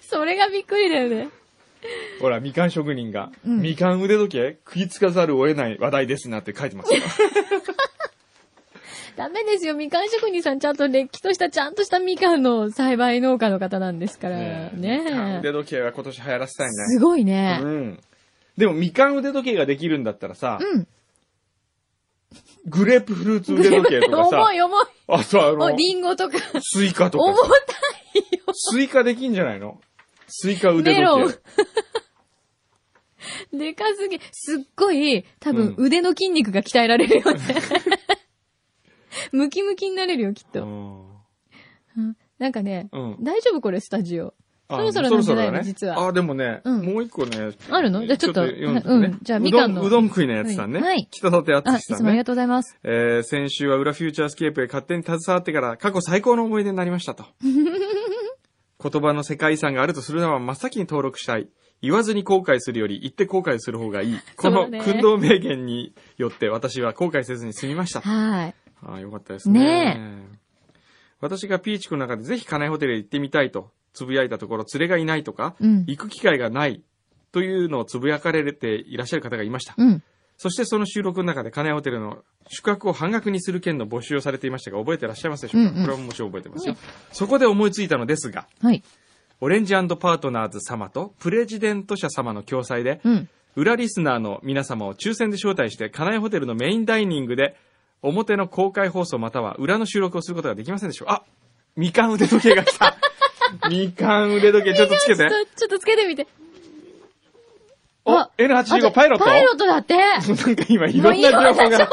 Speaker 2: それがびっくりだよね。
Speaker 1: ほら、みかん職人が、
Speaker 2: うん
Speaker 1: みかん腕時計食いつかざるを得ない話題ですなって書いてますよ
Speaker 2: ダメですよ、みかん職人さんちゃんとれっきとした、ちゃんとしたみかんの栽培農家の方なんですから。
Speaker 1: ねえみかん
Speaker 2: ね
Speaker 1: 腕時計は今年流行らせたいね。
Speaker 2: すごいね
Speaker 1: う。ん。でも、みかん腕時計ができるんだったらさ、
Speaker 2: うん。
Speaker 1: グレープフルーツ腕時計とかさ
Speaker 2: [LAUGHS] 重、い重い。
Speaker 1: あとあ
Speaker 2: お、
Speaker 1: の、
Speaker 2: リンゴとか。
Speaker 1: スイカと
Speaker 2: 重
Speaker 1: か、
Speaker 2: た
Speaker 1: スイカできんじゃないのスイカ腕
Speaker 2: メロン
Speaker 1: 時計。
Speaker 2: い。 [LAUGHS] でかすぎ。すっごい、多分
Speaker 1: うん
Speaker 2: 腕の筋肉が鍛えられる
Speaker 1: [LAUGHS]
Speaker 2: よね。ムキムキになれるよ、きっ
Speaker 1: う
Speaker 2: と。
Speaker 1: ん。
Speaker 2: うんなんかね、
Speaker 1: うん。
Speaker 2: 大丈夫これ、スタジオ。
Speaker 1: あ
Speaker 2: そろそろなんじゃない
Speaker 1: そろそろだね
Speaker 2: の実は
Speaker 1: あ、でもね、
Speaker 2: うん
Speaker 1: もう一個ね。
Speaker 2: あるのじゃあちょっと
Speaker 1: 読んでみてね
Speaker 2: うんじゃあみかんの
Speaker 1: うどんうどん食いのやつさんね。
Speaker 2: はい
Speaker 1: 北舘
Speaker 2: あ、い
Speaker 1: 敦さ
Speaker 2: つ
Speaker 1: ん
Speaker 2: もあり
Speaker 1: ね。
Speaker 2: がとうございます。
Speaker 1: えー、先週は裏フューチャースケープへ勝手に携わってから過去最高の思い出になりました
Speaker 2: [LAUGHS]
Speaker 1: と。言葉の世界遺産があるとするなら真っ先に登録したい。言わずに後悔するより言って後悔する方がいい。こ
Speaker 2: そう
Speaker 1: の
Speaker 2: だね
Speaker 1: 訓導名言によって私は後悔せずに済みました。
Speaker 2: はい。
Speaker 1: ああ、よかったですね。
Speaker 2: ね
Speaker 1: 私がピーチクの中でぜひ金井ホテルへ行ってみたいと、つぶやいたところ、連れがいないとか、
Speaker 2: うん。
Speaker 1: 行く機会がないというのをつぶやかれていらっしゃる方がいました。
Speaker 2: うん。
Speaker 1: そしてその収録の中で金井ホテルの宿泊を半額にする件の募集をされていましたが、覚えてらっしゃいますでしょうか、
Speaker 2: うんうん
Speaker 1: これはもちろん覚えてますよ。
Speaker 2: うん
Speaker 1: そこで思いついたのですが、
Speaker 2: はい。
Speaker 1: オレンジパートナーズ様とプレジデント社様の共催で、
Speaker 2: うん。
Speaker 1: 裏リスナーの皆様を抽選で招待して、金井ホテルのメインダイニングで、表の公開放送または裏の収録をすることができませんでしょうかあみかん腕時計が来
Speaker 2: [LAUGHS]
Speaker 1: たみかん腕時計ちょっとつけ
Speaker 2: ちょ
Speaker 1: て
Speaker 2: っ。と、ちょっとつけてみて。
Speaker 1: お
Speaker 2: ああ
Speaker 1: !N85
Speaker 2: と
Speaker 1: パイロット
Speaker 2: パイロットだって
Speaker 1: なんか今いろんな情報が。
Speaker 2: 何に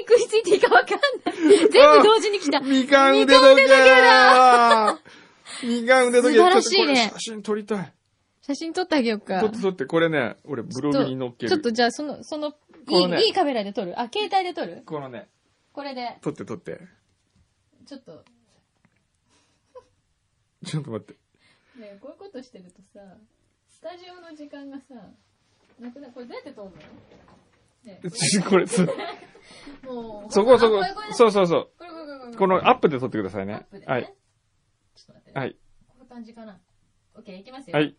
Speaker 2: 食いついていいかわかんない。全部同時に来た。
Speaker 1: みかん腕時計だみかん腕時計
Speaker 2: 素晴らしいね
Speaker 1: ちょっとこれ写真撮りたい。
Speaker 2: 写真撮ってあげようか。
Speaker 1: 撮って撮って、これね、俺ブログに載っける。
Speaker 2: ちょっとじゃあ、その、その、い
Speaker 1: こ
Speaker 2: い、
Speaker 1: うね
Speaker 2: いいカメラで撮る。あ、携帯で撮る
Speaker 1: このね、
Speaker 2: これで、
Speaker 1: 撮って撮って。
Speaker 2: ちょっと、
Speaker 1: ちょっと待って。
Speaker 2: ねこういうことしてるとさ、スタジオの時間がさ、なくな、これどうやって撮るのね
Speaker 1: ちこれ、そ
Speaker 2: もう、
Speaker 1: そこそこ
Speaker 2: あれれ、れ
Speaker 1: そうそうそう。
Speaker 2: これこれこれこれ
Speaker 1: このアップで撮ってください
Speaker 2: ア
Speaker 1: ね
Speaker 2: ップで。ね。
Speaker 1: はい。。
Speaker 2: ちょっと待ってね。
Speaker 1: はい。
Speaker 2: こういう感じかな。オッケー、いきますよ。
Speaker 1: は。い。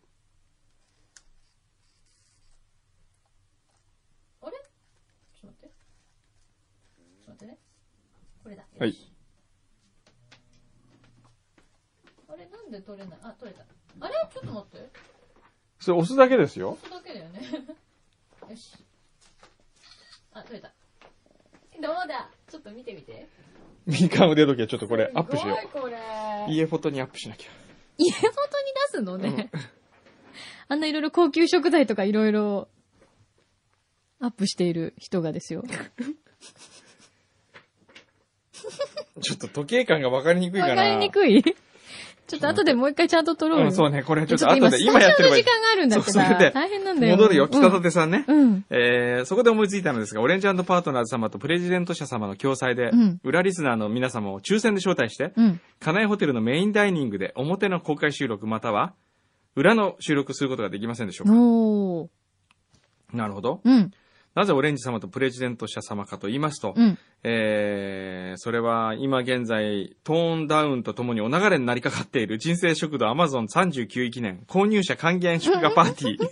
Speaker 2: あれちょっと待って。ちょっと待ってね。これだ。よし
Speaker 1: はい。
Speaker 2: あれなんで取れないあ、取れた。あれちょっと待って。
Speaker 1: それ押すだけですよ。
Speaker 2: ここだけだよね。 [LAUGHS] よし。あ、取れた。どうだちょっと見てみて。
Speaker 1: みかん腕時計ちょっとこれ
Speaker 2: す
Speaker 1: ア
Speaker 2: ご
Speaker 1: ップしよ
Speaker 2: いこれ。
Speaker 1: う。家フォトにアップしなきゃ。
Speaker 2: 家元に出すのね。あんないろいろ高級食材とかいろいろアップしている人がですよ。
Speaker 1: ちょっと時計感が分かりにくいか
Speaker 2: わ
Speaker 1: な。
Speaker 2: かりにくいちょっと後でもう一回ちゃんと撮ろうよ。
Speaker 1: うん、そうね。これ
Speaker 2: ち
Speaker 1: ちょ
Speaker 2: ょっ
Speaker 1: っと
Speaker 2: と
Speaker 1: 後
Speaker 2: 今、ス
Speaker 1: で、今やっ
Speaker 2: タ
Speaker 1: てれ
Speaker 2: ジオ
Speaker 1: ばい
Speaker 2: の時
Speaker 1: い。
Speaker 2: 間があるんだって
Speaker 1: そうそれ
Speaker 2: さ
Speaker 1: で、
Speaker 2: 大変なんだよ。
Speaker 1: 戻るよ、北
Speaker 2: うん
Speaker 1: 舘さんね。
Speaker 2: うん。
Speaker 1: えー、そこで思いついたのですが、オレンジパートナーズ様とプレジデント社様の共催で、
Speaker 2: うん
Speaker 1: 裏リスナーの皆様を抽選で招待して、
Speaker 2: うん。
Speaker 1: 金井ホテルのメインダイニングで表の公開収録または、裏の収録することができませんでしょうか。
Speaker 2: おー。
Speaker 1: なるほど。
Speaker 2: うん。
Speaker 1: なぜオレンジ様とプレジデント社様かと言いますと、
Speaker 2: うん。
Speaker 1: えー、それは今現在、トーンダウンとともにお流れになりかかっている人生食堂アマゾン39記念購入者還元祝賀パーテ
Speaker 2: [LAUGHS]
Speaker 1: ィー。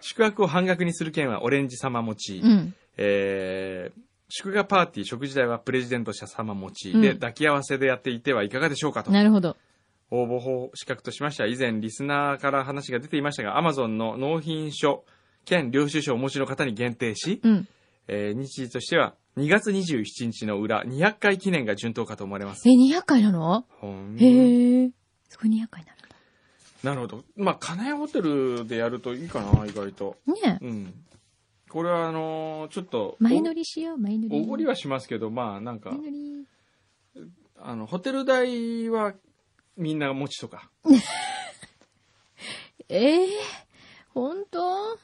Speaker 1: 宿泊を半額にする件はオレンジ様持ち、
Speaker 2: うん。
Speaker 1: えー祝賀パーティー食事代はプレジデント社様持ち、
Speaker 2: うん
Speaker 1: で、抱き合わせでやっていてはいかがでしょうかと。
Speaker 2: なるほど。
Speaker 1: 応募方資格としましては、以前リスナーから話が出ていましたが、Amazon の納品書兼領収書をお持ちの方に限定し、
Speaker 2: うん。
Speaker 1: えー日時としては2月27日の裏200回記念が順当かと思われます。
Speaker 2: え、200回なの
Speaker 1: ほん
Speaker 2: へー。そこ200回になる
Speaker 1: なるほど。まあ、金谷ホテルでやるといいかな、意外と。
Speaker 2: んだ。ねえ。
Speaker 1: うん。これは、あのーちょっと、
Speaker 2: 前乗りしよう、前乗り。
Speaker 1: おおごりはしますけど、まあ、なんか
Speaker 2: 前、乗り。
Speaker 1: あの、ホテル代はみんな持ちとか。
Speaker 2: えー。ほんと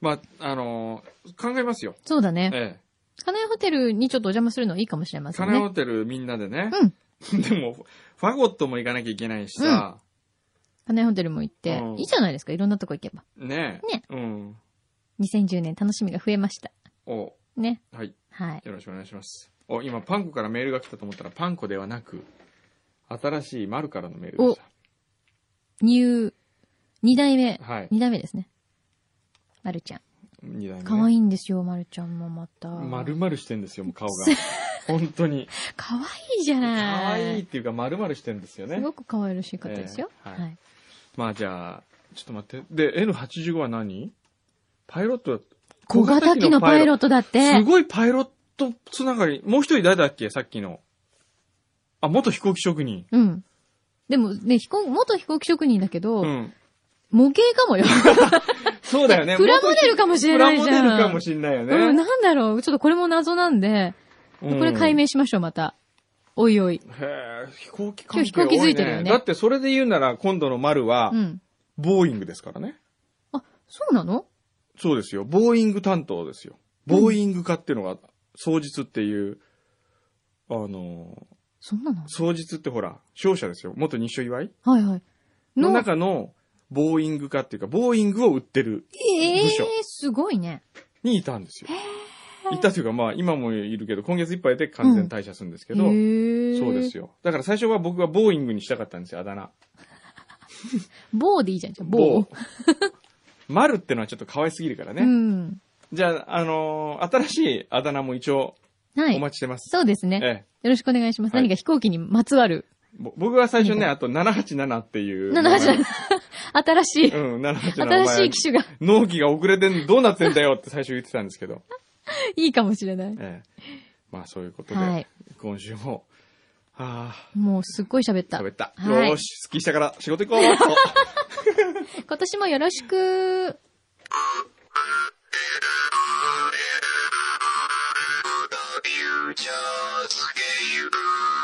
Speaker 1: まあ、あのー考えますよ。
Speaker 2: そうだね。
Speaker 1: ええ。
Speaker 2: 金谷ホテルにちょっとお邪魔するのいいかもしれません
Speaker 1: 金谷ホ
Speaker 2: ね。
Speaker 1: テルみんなでね。
Speaker 2: うん。
Speaker 1: でも、ファゴットも行かなきゃいけないしさ、
Speaker 2: 金谷ホテルも行って
Speaker 1: うん、
Speaker 2: いいじゃないですか、いろんなとこ行けば。
Speaker 1: ねえ。
Speaker 2: ね
Speaker 1: うん。
Speaker 2: 2010年楽しみが増えました。
Speaker 1: お、
Speaker 2: ね。
Speaker 1: はい。
Speaker 2: はい。
Speaker 1: よろしくお願いします。お、今、パンコからメールが来たと思ったら、パンコではなく、新しい丸からのメールでし
Speaker 2: ニュー、二代目
Speaker 1: た。。はい。
Speaker 2: 二代目ですね。まるちゃん。
Speaker 1: 二代目、ね。
Speaker 2: 可愛いんですよ、まるちゃんもまた。
Speaker 1: 丸々してんですよ、もう顔が。本当に。
Speaker 2: 可愛いじゃ
Speaker 1: 可
Speaker 2: ない。
Speaker 1: 愛いっていうか、丸々してんですよ
Speaker 2: す
Speaker 1: ね。
Speaker 2: ごく可愛らしい方ですよ。
Speaker 1: ええは
Speaker 2: はいい。
Speaker 1: まあじゃあ、ちょっと待って。で、N85 は何パイロット、
Speaker 2: 小型機のパイロットだっ
Speaker 1: す
Speaker 2: て。
Speaker 1: ごいパイロットつながり。もう一人誰だっけさっきの。あ、元飛行機職人。
Speaker 2: うん。でもね、飛行、元飛行機職人だけど、
Speaker 1: うん。
Speaker 2: 模型かもよ。 [LAUGHS]
Speaker 1: そうだよね。
Speaker 2: プラモデルかもしれないじゃん。
Speaker 1: プラモデルかもしれないよね。
Speaker 2: うん、なんだろう。ちょっとこれも謎なんで、
Speaker 1: うん
Speaker 2: これ解明しましょう、また。おいおい。
Speaker 1: へえ、飛行機
Speaker 2: 今
Speaker 1: 関係
Speaker 2: 日飛行機
Speaker 1: 多
Speaker 2: 付いてるよね
Speaker 1: だってそれで言うなら今度の丸は
Speaker 2: う、ん。
Speaker 1: ボーイングですからね。
Speaker 2: そうなの
Speaker 1: そうですよ。ボーイング担当ですよ。ボーイング課っていうのが、双日っていう、あの、
Speaker 2: そんなの
Speaker 1: 双日ってほら、商社ですよ。元日所祝い
Speaker 2: はいはい。
Speaker 1: の
Speaker 2: の、
Speaker 1: 中の、ボーイング課っていうか、ボーイングを売ってる
Speaker 2: ええ
Speaker 1: 部署
Speaker 2: すごいね。
Speaker 1: にいたんですよ。いたというか、まあ、今もいるけど、今月いっぱいで完全退社するんですけど、
Speaker 2: へえ。
Speaker 1: そうですよ。だから最初は僕はボーイングにしたかったんですよ、あだ名。
Speaker 2: 棒でいいじゃん、じゃあ棒。
Speaker 1: 某。丸ってのはちょっと可愛すぎるからね。
Speaker 2: うん。
Speaker 1: じゃあ、あのー新しいあだ名も一応
Speaker 2: は
Speaker 1: お
Speaker 2: い。
Speaker 1: 待ちしてます。
Speaker 2: そうですね。
Speaker 1: ええ
Speaker 2: よろしくお願いします。
Speaker 1: はい
Speaker 2: 何か飛行機にまつわる。
Speaker 1: ぼ僕は最初
Speaker 2: いい
Speaker 1: ね、
Speaker 2: ね
Speaker 1: あと787っていう。
Speaker 2: 787。新しい、
Speaker 1: うん、787。
Speaker 2: 新しい機種が [LAUGHS]
Speaker 1: お前納期が遅れてんどうなってんだよって最初言ってたんですけど。
Speaker 2: いいかもしれない。
Speaker 1: ええ。まあそういうことで、
Speaker 2: はい。
Speaker 1: 今週も、はあ、
Speaker 2: もうすっごい喋った。
Speaker 1: 喋った。
Speaker 2: はい
Speaker 1: よーし、スッキリしたから仕事行こうっ
Speaker 2: [LAUGHS]
Speaker 1: と。
Speaker 2: 今年もよろしく。
Speaker 3: Future Skate.